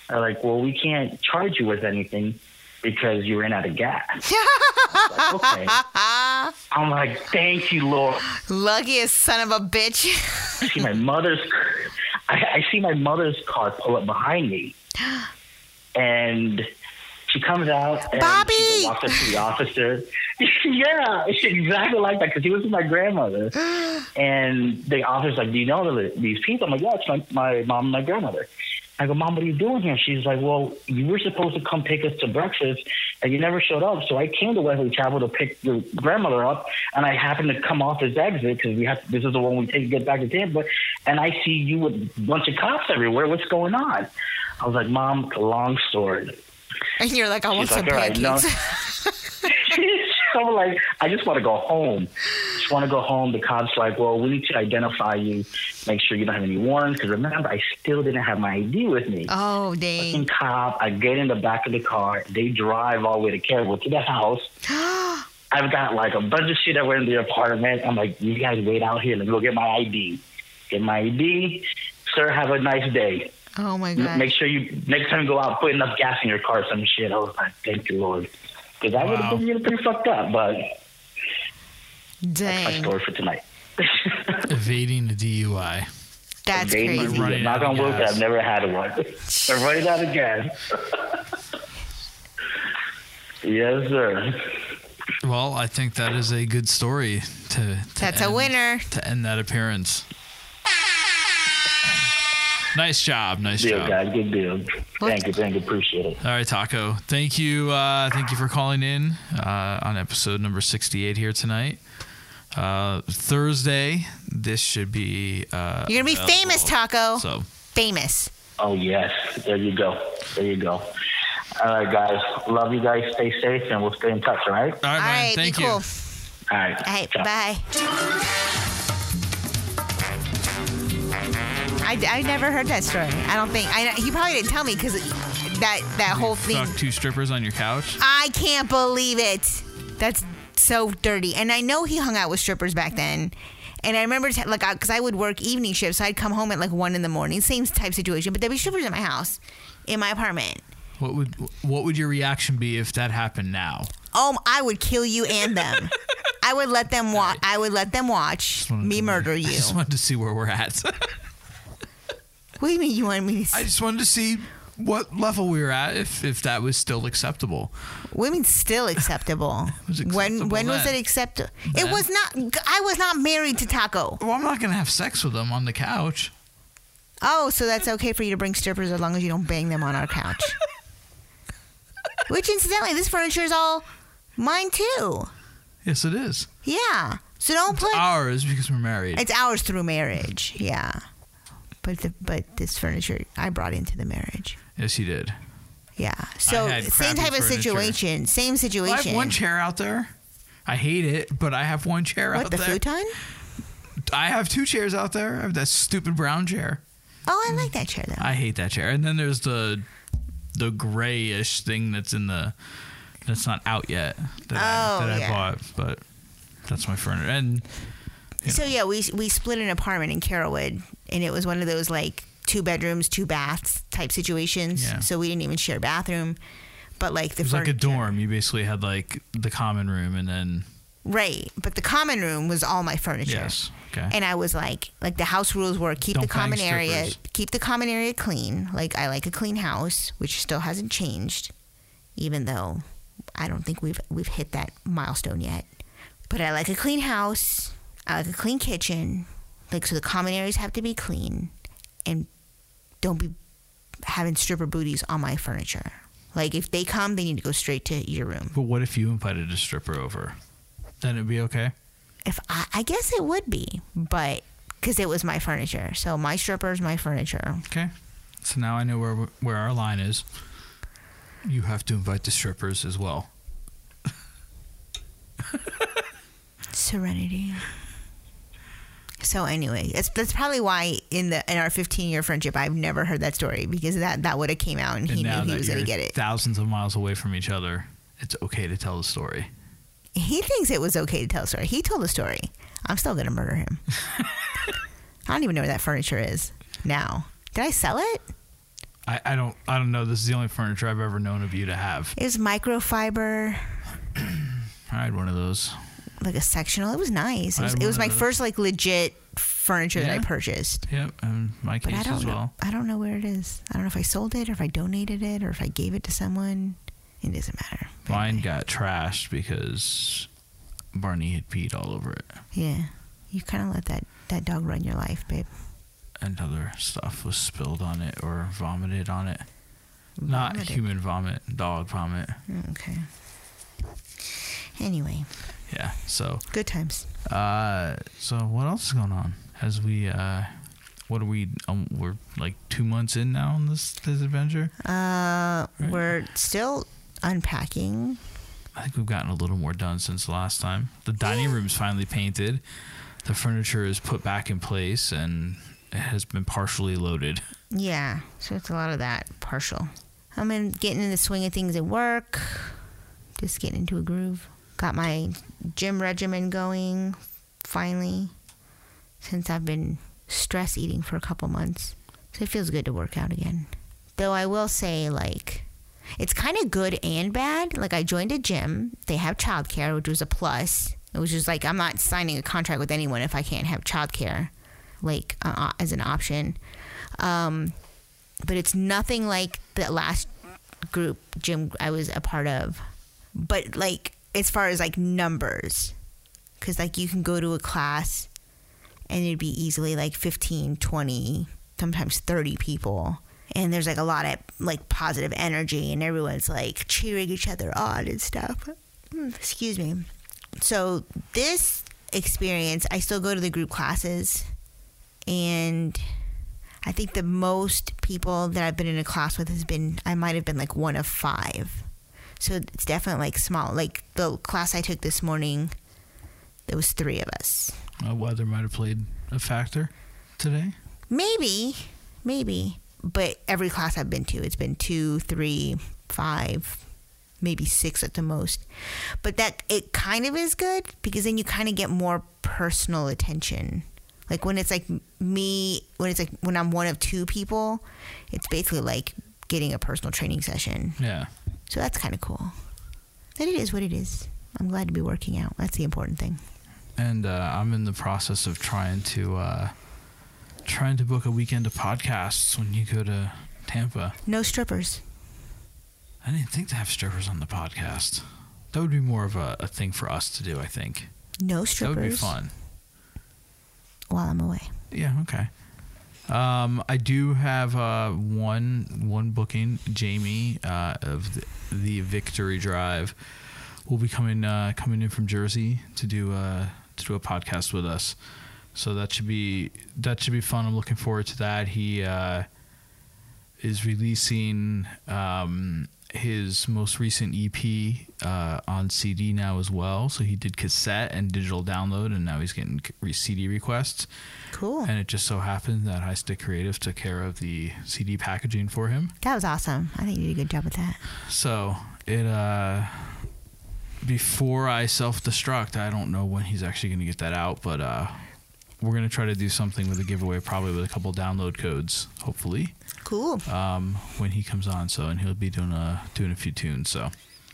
[SPEAKER 9] They're like, well, we can't charge you with anything because you ran out of gas. I was like, okay. I'm like, thank you, Lord.
[SPEAKER 4] Luckiest son of a bitch.
[SPEAKER 9] I see my mother's, I, I see my mother's car pull up behind me, and she comes out. And
[SPEAKER 4] Bobby!
[SPEAKER 9] she walks up to the officer. yeah, it's exactly like that because he was with my grandmother, and the officer's like, "Do you know the- these people?" I'm like, "Yeah, it's my, my mom and my grandmother." I go, "Mom, what are you doing here?" She's like, "Well, you were supposed to come pick us to breakfast, and you never showed up. So I came to Wesley Chapel to pick your grandmother up, and I happened to come off this exit because we have this is the one we take to get back to Tampa, and I see you with a bunch of cops everywhere. What's going on?" I was like, "Mom, it's a long story."
[SPEAKER 4] And you're like, I want
[SPEAKER 9] She's
[SPEAKER 4] some
[SPEAKER 9] like, all right,
[SPEAKER 4] pancakes.
[SPEAKER 9] no. so I'm like, I just want to go home. Just want to go home. The cops like, well, we need to identify you, make sure you don't have any warrants. Because remember, I still didn't have my ID with me.
[SPEAKER 4] Oh, dang.
[SPEAKER 9] Fucking cop. I get in the back of the car. They drive all the way to Carrollwood to the house. I've got like a bunch of shit that were in the apartment. I'm like, you guys wait out here. Let me go get my ID. Get my ID. Sir, have a nice day.
[SPEAKER 4] Oh, my
[SPEAKER 9] M-
[SPEAKER 4] God.
[SPEAKER 9] Make sure you next time you go out, put enough gas in your car. or Some shit. I was like, thank you, Lord, because I would
[SPEAKER 7] Wow.
[SPEAKER 9] have been really pretty fucked up. But that's my
[SPEAKER 4] dang.
[SPEAKER 9] story for tonight.
[SPEAKER 7] Evading the DUI.
[SPEAKER 4] That's
[SPEAKER 9] Baby,
[SPEAKER 4] crazy.
[SPEAKER 7] By running
[SPEAKER 9] Knock
[SPEAKER 7] out of
[SPEAKER 9] on wood,
[SPEAKER 7] gas.
[SPEAKER 9] I've never had one. I'm running out of gas. yes, sir.
[SPEAKER 7] Well, I think that is a good story to. to
[SPEAKER 4] That's a
[SPEAKER 7] end-
[SPEAKER 4] winner.
[SPEAKER 7] To end that appearance. Nice job. Nice
[SPEAKER 9] Deal,
[SPEAKER 7] job.
[SPEAKER 9] guys. Good deal. Thank you. Thank you. Appreciate it.
[SPEAKER 7] All right, Taco. Thank you. Uh, thank you for calling in uh, on episode number 68 here tonight. Uh, Thursday, this should be. Uh,
[SPEAKER 4] You're gonna be
[SPEAKER 7] available.
[SPEAKER 4] famous, Taco.
[SPEAKER 7] So,
[SPEAKER 4] Famous.
[SPEAKER 9] Oh, yes. There you go. There you go. All right, guys. Love you guys. Stay safe, and we'll stay in touch, all right?
[SPEAKER 7] all right,
[SPEAKER 4] All
[SPEAKER 7] Ryan,
[SPEAKER 4] right,
[SPEAKER 7] thank
[SPEAKER 4] be
[SPEAKER 7] you.
[SPEAKER 4] cool.
[SPEAKER 9] All right.
[SPEAKER 4] All right,
[SPEAKER 9] Ciao.
[SPEAKER 4] bye. I, I never heard that story. I don't think I. He probably didn't tell me because that that whole thing.
[SPEAKER 7] Fuck two strippers on your couch.
[SPEAKER 4] I can't believe it. That's so dirty. And I know he hung out with strippers back then. And I remember, t- like, because I would work evening shifts, so I'd come home at like one in the morning. Same type situation, but there'd be strippers in my house, in my apartment.
[SPEAKER 7] What would what would your reaction be if that happened now?
[SPEAKER 4] Oh, I would kill you and them. I would let them watch. I would let them watch me murder
[SPEAKER 7] I
[SPEAKER 4] you.
[SPEAKER 7] just wanted to see where we're at.
[SPEAKER 4] What do you mean you want me to?
[SPEAKER 7] I
[SPEAKER 4] s
[SPEAKER 7] just wanted to see what level we were at if if that was still acceptable.
[SPEAKER 4] women still acceptable.
[SPEAKER 7] was acceptable
[SPEAKER 4] when when was
[SPEAKER 7] then.
[SPEAKER 4] it acceptable?
[SPEAKER 7] Then.
[SPEAKER 4] It was not. I was not married to Taco.
[SPEAKER 7] Well, I'm not gonna have sex with them on the couch.
[SPEAKER 4] Oh, so that's okay for you to bring strippers as long as you don't bang them on our couch. Which, incidentally, this furniture is all mine too.
[SPEAKER 7] Yes, it is
[SPEAKER 4] Yeah. So don't put.
[SPEAKER 7] ours because we're married.
[SPEAKER 4] It's ours through marriage. Yeah. But the, but this furniture I brought into the marriage.
[SPEAKER 7] Yes, you did.
[SPEAKER 4] Yeah. So
[SPEAKER 7] had
[SPEAKER 4] same
[SPEAKER 7] crappy
[SPEAKER 4] type of
[SPEAKER 7] furniture.
[SPEAKER 4] situation. Same
[SPEAKER 7] Well, I
[SPEAKER 4] situation.
[SPEAKER 7] have one chair out there. I hate it, but I have one chair
[SPEAKER 4] what
[SPEAKER 7] out
[SPEAKER 4] the
[SPEAKER 7] there.
[SPEAKER 4] futon?
[SPEAKER 7] I have two chairs out there. I have that stupid brown chair.
[SPEAKER 4] Oh, I like that chair though.
[SPEAKER 7] I hate that chair. And then there's the the grayish thing that's in the that's not out yet that, I,
[SPEAKER 4] Oh,
[SPEAKER 7] that
[SPEAKER 4] yeah.
[SPEAKER 7] I bought, but that's my furniture. And
[SPEAKER 4] So yeah, we we split an apartment in Carrollwood, and it was one of those like two bedrooms, two baths type situations.
[SPEAKER 7] Yeah.
[SPEAKER 4] So we didn't even share a bathroom, but like the
[SPEAKER 7] it was like a
[SPEAKER 4] furniture-
[SPEAKER 7] dorm. You basically had like the common room and then
[SPEAKER 4] right? But the common room was all my furniture.
[SPEAKER 7] yes, okay.
[SPEAKER 4] And I was like, like the house rules were keep
[SPEAKER 7] Don't
[SPEAKER 4] the common
[SPEAKER 7] bang
[SPEAKER 4] area,
[SPEAKER 7] strippers.
[SPEAKER 4] keep the common area clean. Like I like a clean house, which still hasn't changed, even though I don't think we've we've hit that milestone yet. But I like a clean house. I like a clean kitchen. Like so, the common areas have to be clean, and don't be having stripper booties on my furniture. Like if they come, they need to go straight to your room.
[SPEAKER 7] but what if you invited a stripper over? Then it'd be okay.
[SPEAKER 4] if I, I guess it would be, but because it was my furniture, so my strippers, my furniture.
[SPEAKER 7] Okay. So now I know where where our line is. You have to invite the strippers as well.
[SPEAKER 4] Serenity. So anyway, it's, that's probably why in the in our 15 year friendship, I've never heard that story because that that would have came out and,
[SPEAKER 7] And
[SPEAKER 4] he
[SPEAKER 7] now
[SPEAKER 4] knew he
[SPEAKER 7] that
[SPEAKER 4] was going
[SPEAKER 7] you're
[SPEAKER 4] to get it.
[SPEAKER 7] thousands of miles away from each other, it's okay to tell the story.
[SPEAKER 4] he thinks it was okay to tell a story. He told a story. I'm still going to murder him. I don't even know where that furniture is now. Did I sell it?
[SPEAKER 7] I, I don't I don't know. This is the only furniture I've ever known of you to have.
[SPEAKER 4] It was microfiber,
[SPEAKER 7] I had one of those.
[SPEAKER 4] like a sectional. It was nice. It
[SPEAKER 7] I
[SPEAKER 4] was,
[SPEAKER 7] had
[SPEAKER 4] it
[SPEAKER 7] one
[SPEAKER 4] was
[SPEAKER 7] of
[SPEAKER 4] my
[SPEAKER 7] those.
[SPEAKER 4] first like legit furniture that I
[SPEAKER 7] Uh-huh. Yeah.
[SPEAKER 4] purchased.
[SPEAKER 7] Yep, and my
[SPEAKER 4] But I
[SPEAKER 7] case
[SPEAKER 4] don't
[SPEAKER 7] as
[SPEAKER 4] know.
[SPEAKER 7] well.
[SPEAKER 4] I don't know where it is. I don't know if I sold it or if I donated it or if I gave it to someone. It doesn't matter. But
[SPEAKER 7] Mine
[SPEAKER 4] anyway,
[SPEAKER 7] got trashed because Barney had peed all over it
[SPEAKER 4] Yeah. You kind of let that, that dog run your life, babe.
[SPEAKER 7] and other stuff was spilled on it or vomited on it. Not
[SPEAKER 4] Vomited.
[SPEAKER 7] human vomit, dog vomit.
[SPEAKER 4] Mm, Okay. Anyway,
[SPEAKER 7] Yeah. So
[SPEAKER 4] good times.
[SPEAKER 7] uh so what else is going on? As we uh what are we um, we're like 2 months in now on this this adventure.
[SPEAKER 4] Uh, We're still unpacking.
[SPEAKER 7] I think we've gotten a little more done since the last time. The dining room's finally painted. The furniture is put back in place and it has been partially loaded.
[SPEAKER 4] Yeah. So it's a lot of that partial. I'm in, getting in the swing of things at work. Just getting into a groove. Got my gym regimen going finally since I've been stress eating for a couple months. So it feels good to work out again. Though I will say, like, it's kind of good and bad. Like, I joined a gym, they have childcare, which was a plus. It was just like, I'm not signing a contract with anyone if I can't have childcare.
[SPEAKER 10] like uh, as an option. Um, but it's nothing like the last group gym I was a part of.
[SPEAKER 4] But like as far as like numbers, because like you can go to a class and it'd be easily like 15, 20, sometimes 30 people. And there's like a lot of like positive energy and everyone's like cheering each other on and stuff. Mm, Excuse me. So this experience, I still go to the group classes and I think the most people that I've been in a class with has been I might have been like one of five. So it's definitely like small. Like the class I took this morning, there was three of us.
[SPEAKER 7] Uh, weather might have played a factor today.
[SPEAKER 4] Maybe, maybe. But every class I've been to, it's been two, three, five, maybe six at the most. But that it kind of is good because then you kind of get more personal attention. Like when it's like me, when it's like when I'm one of two people, it's basically like getting a personal training session.
[SPEAKER 7] Yeah.
[SPEAKER 4] So that's kind of cool. But it is what it is. I'm glad to be working out. That's the important thing.
[SPEAKER 7] And uh, I'm in the process of trying to uh, trying to book a weekend of podcasts when you go to Tampa.
[SPEAKER 4] No strippers.
[SPEAKER 7] I didn't think to have strippers on the podcast. That would be more of a, a thing for us to do, I think.
[SPEAKER 4] No strippers.
[SPEAKER 7] That would be fun.
[SPEAKER 4] While I'm away.
[SPEAKER 7] Yeah, okay. Um, I do have uh, one one booking. Jamie uh, of the, the Victory Drive will be coming uh, coming in from Jersey to do uh, to do a podcast with us. So that should be that should be fun. I'm looking forward to that. He uh, is releasing um, his most recent EP uh, on CD now as well. So he did cassette and digital download, and now he's getting c- re- CD requests.
[SPEAKER 4] Cool.
[SPEAKER 7] And it just so happened that High Stick Creative took care of the CD packaging for him.
[SPEAKER 4] That was awesome. I think you did a good job with that.
[SPEAKER 7] So it uh, before I self destruct, I don't know when he's actually going to get that out, but uh, we're going to try to do something with a giveaway, probably with a couple download codes, hopefully.
[SPEAKER 4] Cool.
[SPEAKER 7] Um, when he comes on, so and he'll be doing a doing a few tunes, so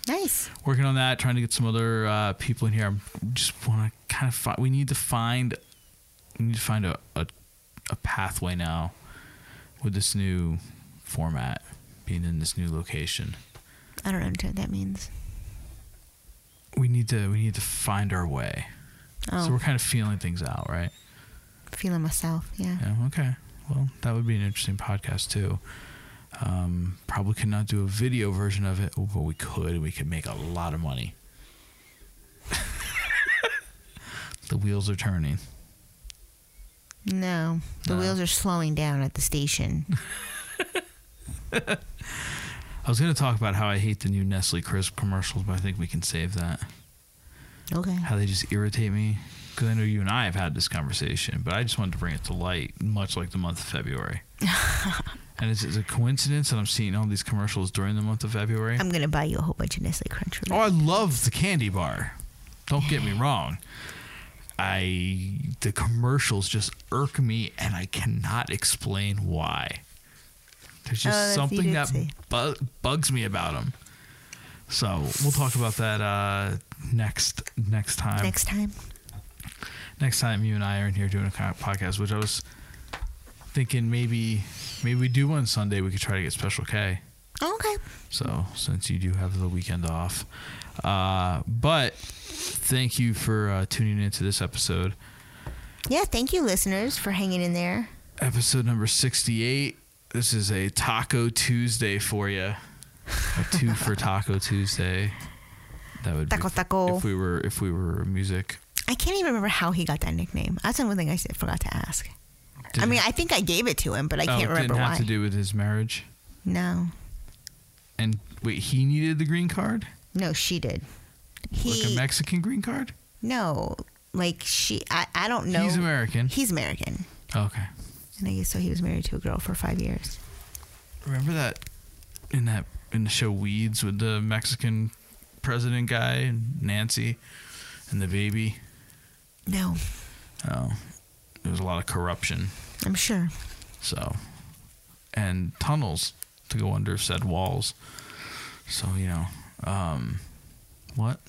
[SPEAKER 4] Nice.
[SPEAKER 7] working on that, trying to get some other uh, people in here. I just want to kind of find. We need to find. We need to find a, a a pathway now with this new format, being in this new location.
[SPEAKER 4] I don't know what that means.
[SPEAKER 7] We need to we need to find our way.
[SPEAKER 4] Oh.
[SPEAKER 7] So we're kind of feeling things out, right?
[SPEAKER 4] Feeling myself. Yeah.
[SPEAKER 7] Yeah. Okay. Well, that would be an interesting podcast too. Um, probably could not do a video version of it, oh, but we could. We could make a lot of money. the wheels are turning.
[SPEAKER 4] No, the
[SPEAKER 7] No.
[SPEAKER 4] wheels are slowing down at the station.
[SPEAKER 7] I was going to talk about how I hate the new Nestle Crisp commercials, but I think we can save that.
[SPEAKER 4] Okay.
[SPEAKER 7] How they just irritate me. Because I know you and I have had this conversation, but I just wanted to bring it to light, much like the month of February. and is it a coincidence that I'm seeing all these commercials during the month of February?
[SPEAKER 4] I'm gonna buy you a whole bunch of Nestle Crunch.
[SPEAKER 7] Oh, I love the candy bar. Don't get me wrong. I the commercials just irk me, and I cannot explain why. There's just
[SPEAKER 4] Oh, that's- you
[SPEAKER 7] something
[SPEAKER 4] did
[SPEAKER 7] that
[SPEAKER 4] say.
[SPEAKER 7] bu- bugs me about them. So we'll talk about that uh, next next time.
[SPEAKER 4] Next time.
[SPEAKER 7] Next time you and I are in here doing a co- podcast, which I was thinking maybe maybe we do one Sunday. We could try to get Special K.
[SPEAKER 4] Okay.
[SPEAKER 7] So since you do have the weekend off, uh, but thank you for uh, tuning into this episode,
[SPEAKER 4] Yeah. Thank you, listeners, for hanging in there.
[SPEAKER 7] episode number sixty-eight. This is a Taco Tuesday for you, a two for Taco Tuesday. That would
[SPEAKER 4] Taco,
[SPEAKER 7] be
[SPEAKER 4] taco.
[SPEAKER 7] if we were if we were music.
[SPEAKER 4] I can't even remember how he got that nickname. That's the one thing I s- forgot to ask. I
[SPEAKER 7] Didn't-
[SPEAKER 4] mean, I think I gave it to him, but I
[SPEAKER 7] oh,
[SPEAKER 4] can't
[SPEAKER 7] it
[SPEAKER 4] remember
[SPEAKER 7] didn't have
[SPEAKER 4] why.
[SPEAKER 7] to do with his marriage.
[SPEAKER 4] no.
[SPEAKER 7] And wait, he needed the green card,
[SPEAKER 4] No, she did.
[SPEAKER 7] like a
[SPEAKER 4] He
[SPEAKER 7] Mexican green card.
[SPEAKER 4] no, like she. I, I don't know.
[SPEAKER 7] He's American.
[SPEAKER 4] He's American,
[SPEAKER 7] Oh, Okay.
[SPEAKER 4] and I guess so. He was married to a girl for five years.
[SPEAKER 7] Remember that in that in the show Weeds with the Mexican president guy and Nancy and the baby?
[SPEAKER 4] No,
[SPEAKER 7] Oh, there was a lot of corruption.
[SPEAKER 4] I'm sure.
[SPEAKER 7] So, and tunnels to go under said walls. So you know, um, what?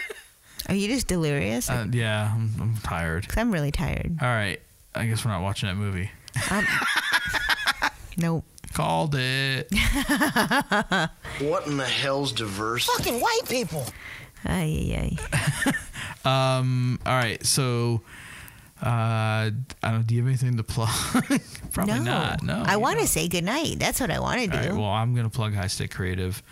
[SPEAKER 4] Are you just delirious?
[SPEAKER 7] Uh, yeah, I'm, I'm tired.
[SPEAKER 4] Because I'm really tired.
[SPEAKER 7] All right. I guess we're not watching that movie.
[SPEAKER 10] Um, nope.
[SPEAKER 7] Called it.
[SPEAKER 11] what in the hell's diverse?
[SPEAKER 2] Fucking white people.
[SPEAKER 10] Ay,
[SPEAKER 7] Um. All right. So, uh, I don't. Do you have anything to plug? Probably
[SPEAKER 10] No.
[SPEAKER 7] not. No.
[SPEAKER 10] I want to say goodnight. That's what I want to do.
[SPEAKER 7] All right, well, I'm gonna plug High Stick Creative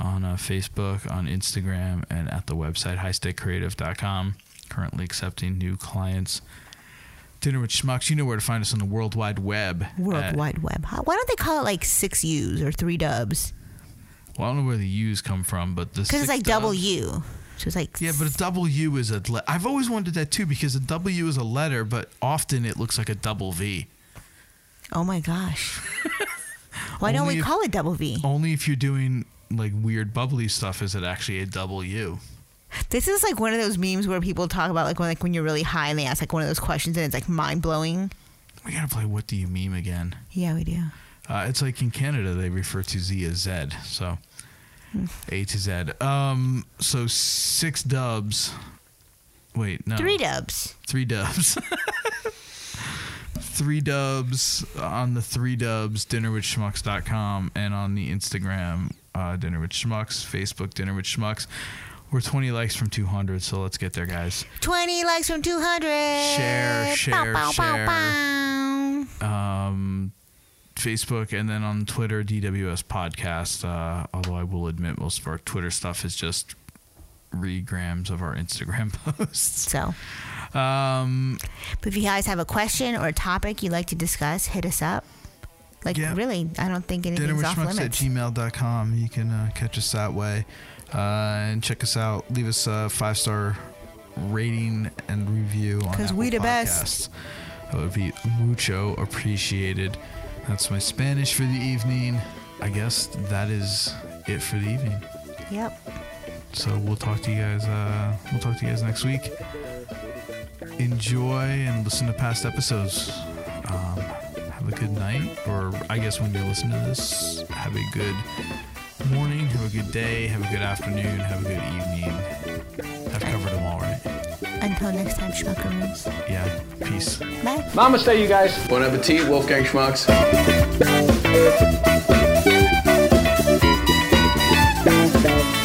[SPEAKER 7] on uh, Facebook, on Instagram, and at the website highstickcreative.com. Currently accepting new clients. Dinner with Schmucks. You know where to find us on the World Wide Web.
[SPEAKER 10] World
[SPEAKER 7] at-
[SPEAKER 10] Wide Web. How- Why don't they call it like six U's or three Dubs?
[SPEAKER 7] Well, I don't know where the U's come from, but the
[SPEAKER 10] Because
[SPEAKER 7] six
[SPEAKER 10] it's like double
[SPEAKER 7] doves-
[SPEAKER 10] U. So it's like
[SPEAKER 7] Yeah, but a double U is a. Le- I've always wanted that too because a W is a letter, but often it looks like a double V.
[SPEAKER 10] oh my gosh. Why don't
[SPEAKER 7] Only
[SPEAKER 10] we
[SPEAKER 7] if-
[SPEAKER 10] call it double V?
[SPEAKER 7] Only if you're doing like weird bubbly stuff is it actually a double U.
[SPEAKER 10] This is like one of those memes where people talk about like when like when you're really high and they ask like one of those questions and it's like mind blowing.
[SPEAKER 7] We gotta play What Do You Meme again.
[SPEAKER 10] Yeah, we do.
[SPEAKER 7] Uh, it's like in Canada, they refer to Z as Z. So A to Z. Um, so six dubs. Wait, no.
[SPEAKER 10] Three dubs.
[SPEAKER 7] Three dubs. three dubs on the three dubs, dinnerwithschmucks.com, and on the Instagram, uh, Dinner with Schmucks, Facebook, Dinner with Schmucks. We're 20 likes from 200, so let's get there, guys.
[SPEAKER 10] Twenty likes from two hundred.
[SPEAKER 7] Share, share, share. um, Facebook and then on Twitter, DWS Podcast. Uh, although I will admit, most of our Twitter stuff is just regrams of our Instagram posts.
[SPEAKER 10] So,
[SPEAKER 7] um,
[SPEAKER 10] But if you guys have a question or a topic you'd like to discuss, hit us up. Like
[SPEAKER 7] Yeah.
[SPEAKER 10] really, I don't think
[SPEAKER 7] dinner
[SPEAKER 10] anything's
[SPEAKER 7] with
[SPEAKER 10] off
[SPEAKER 7] schmucks at
[SPEAKER 10] limits.
[SPEAKER 7] gmail.com. You can uh, catch us that way uh, and check us out. Leave us a five star rating and review on
[SPEAKER 10] 'Cause
[SPEAKER 7] Apple
[SPEAKER 10] we the best.
[SPEAKER 7] Podcasts. That would be mucho appreciated. That's my Spanish for the evening. I guess that is it for the evening.
[SPEAKER 10] Yep.
[SPEAKER 7] So we'll talk to you guys. Uh, we'll talk to you guys next week. Enjoy and listen to past episodes. Um, have a good night, or I guess when you listen to this, have a good morning, have a good day, have a good afternoon, have a good evening. I've covered them all, right?
[SPEAKER 10] Until next time, schmuckerooms.
[SPEAKER 7] Yeah. Peace.
[SPEAKER 10] Bye.
[SPEAKER 12] Namaste, you guys. Bon appetit, Wolfgang Schmucks.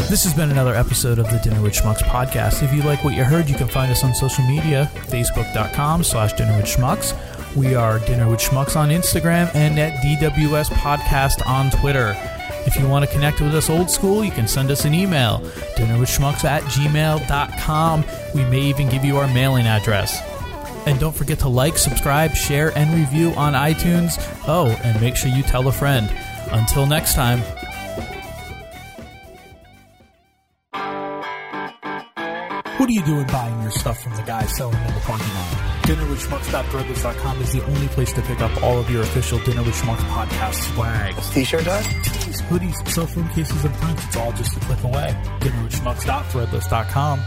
[SPEAKER 1] This has been another episode of the Dinner with Schmucks podcast. If you like what you heard, you can find us on social media, facebook.com slash dinner with schmucks. We are Dinner with Schmucks on Instagram and at DWS Podcast on Twitter. If you want to connect with us old school, you can send us an email, dinnerwithschmucks at gmail.com. We may even give you our mailing address. And don't forget to like, subscribe, share, and review on iTunes. Oh, and make sure you tell a friend. Until next time. What are you doing buying your stuff from the guy selling in the parking lot? DinnerWithSchmucks.threadless.com is the only place to pick up all of your official Dinner with Schmucks podcast swag. T-shirt does? Tees, hoodies, cell phone cases, and prints. It's all just a click away. DinnerWithSchmucks.threadless.com.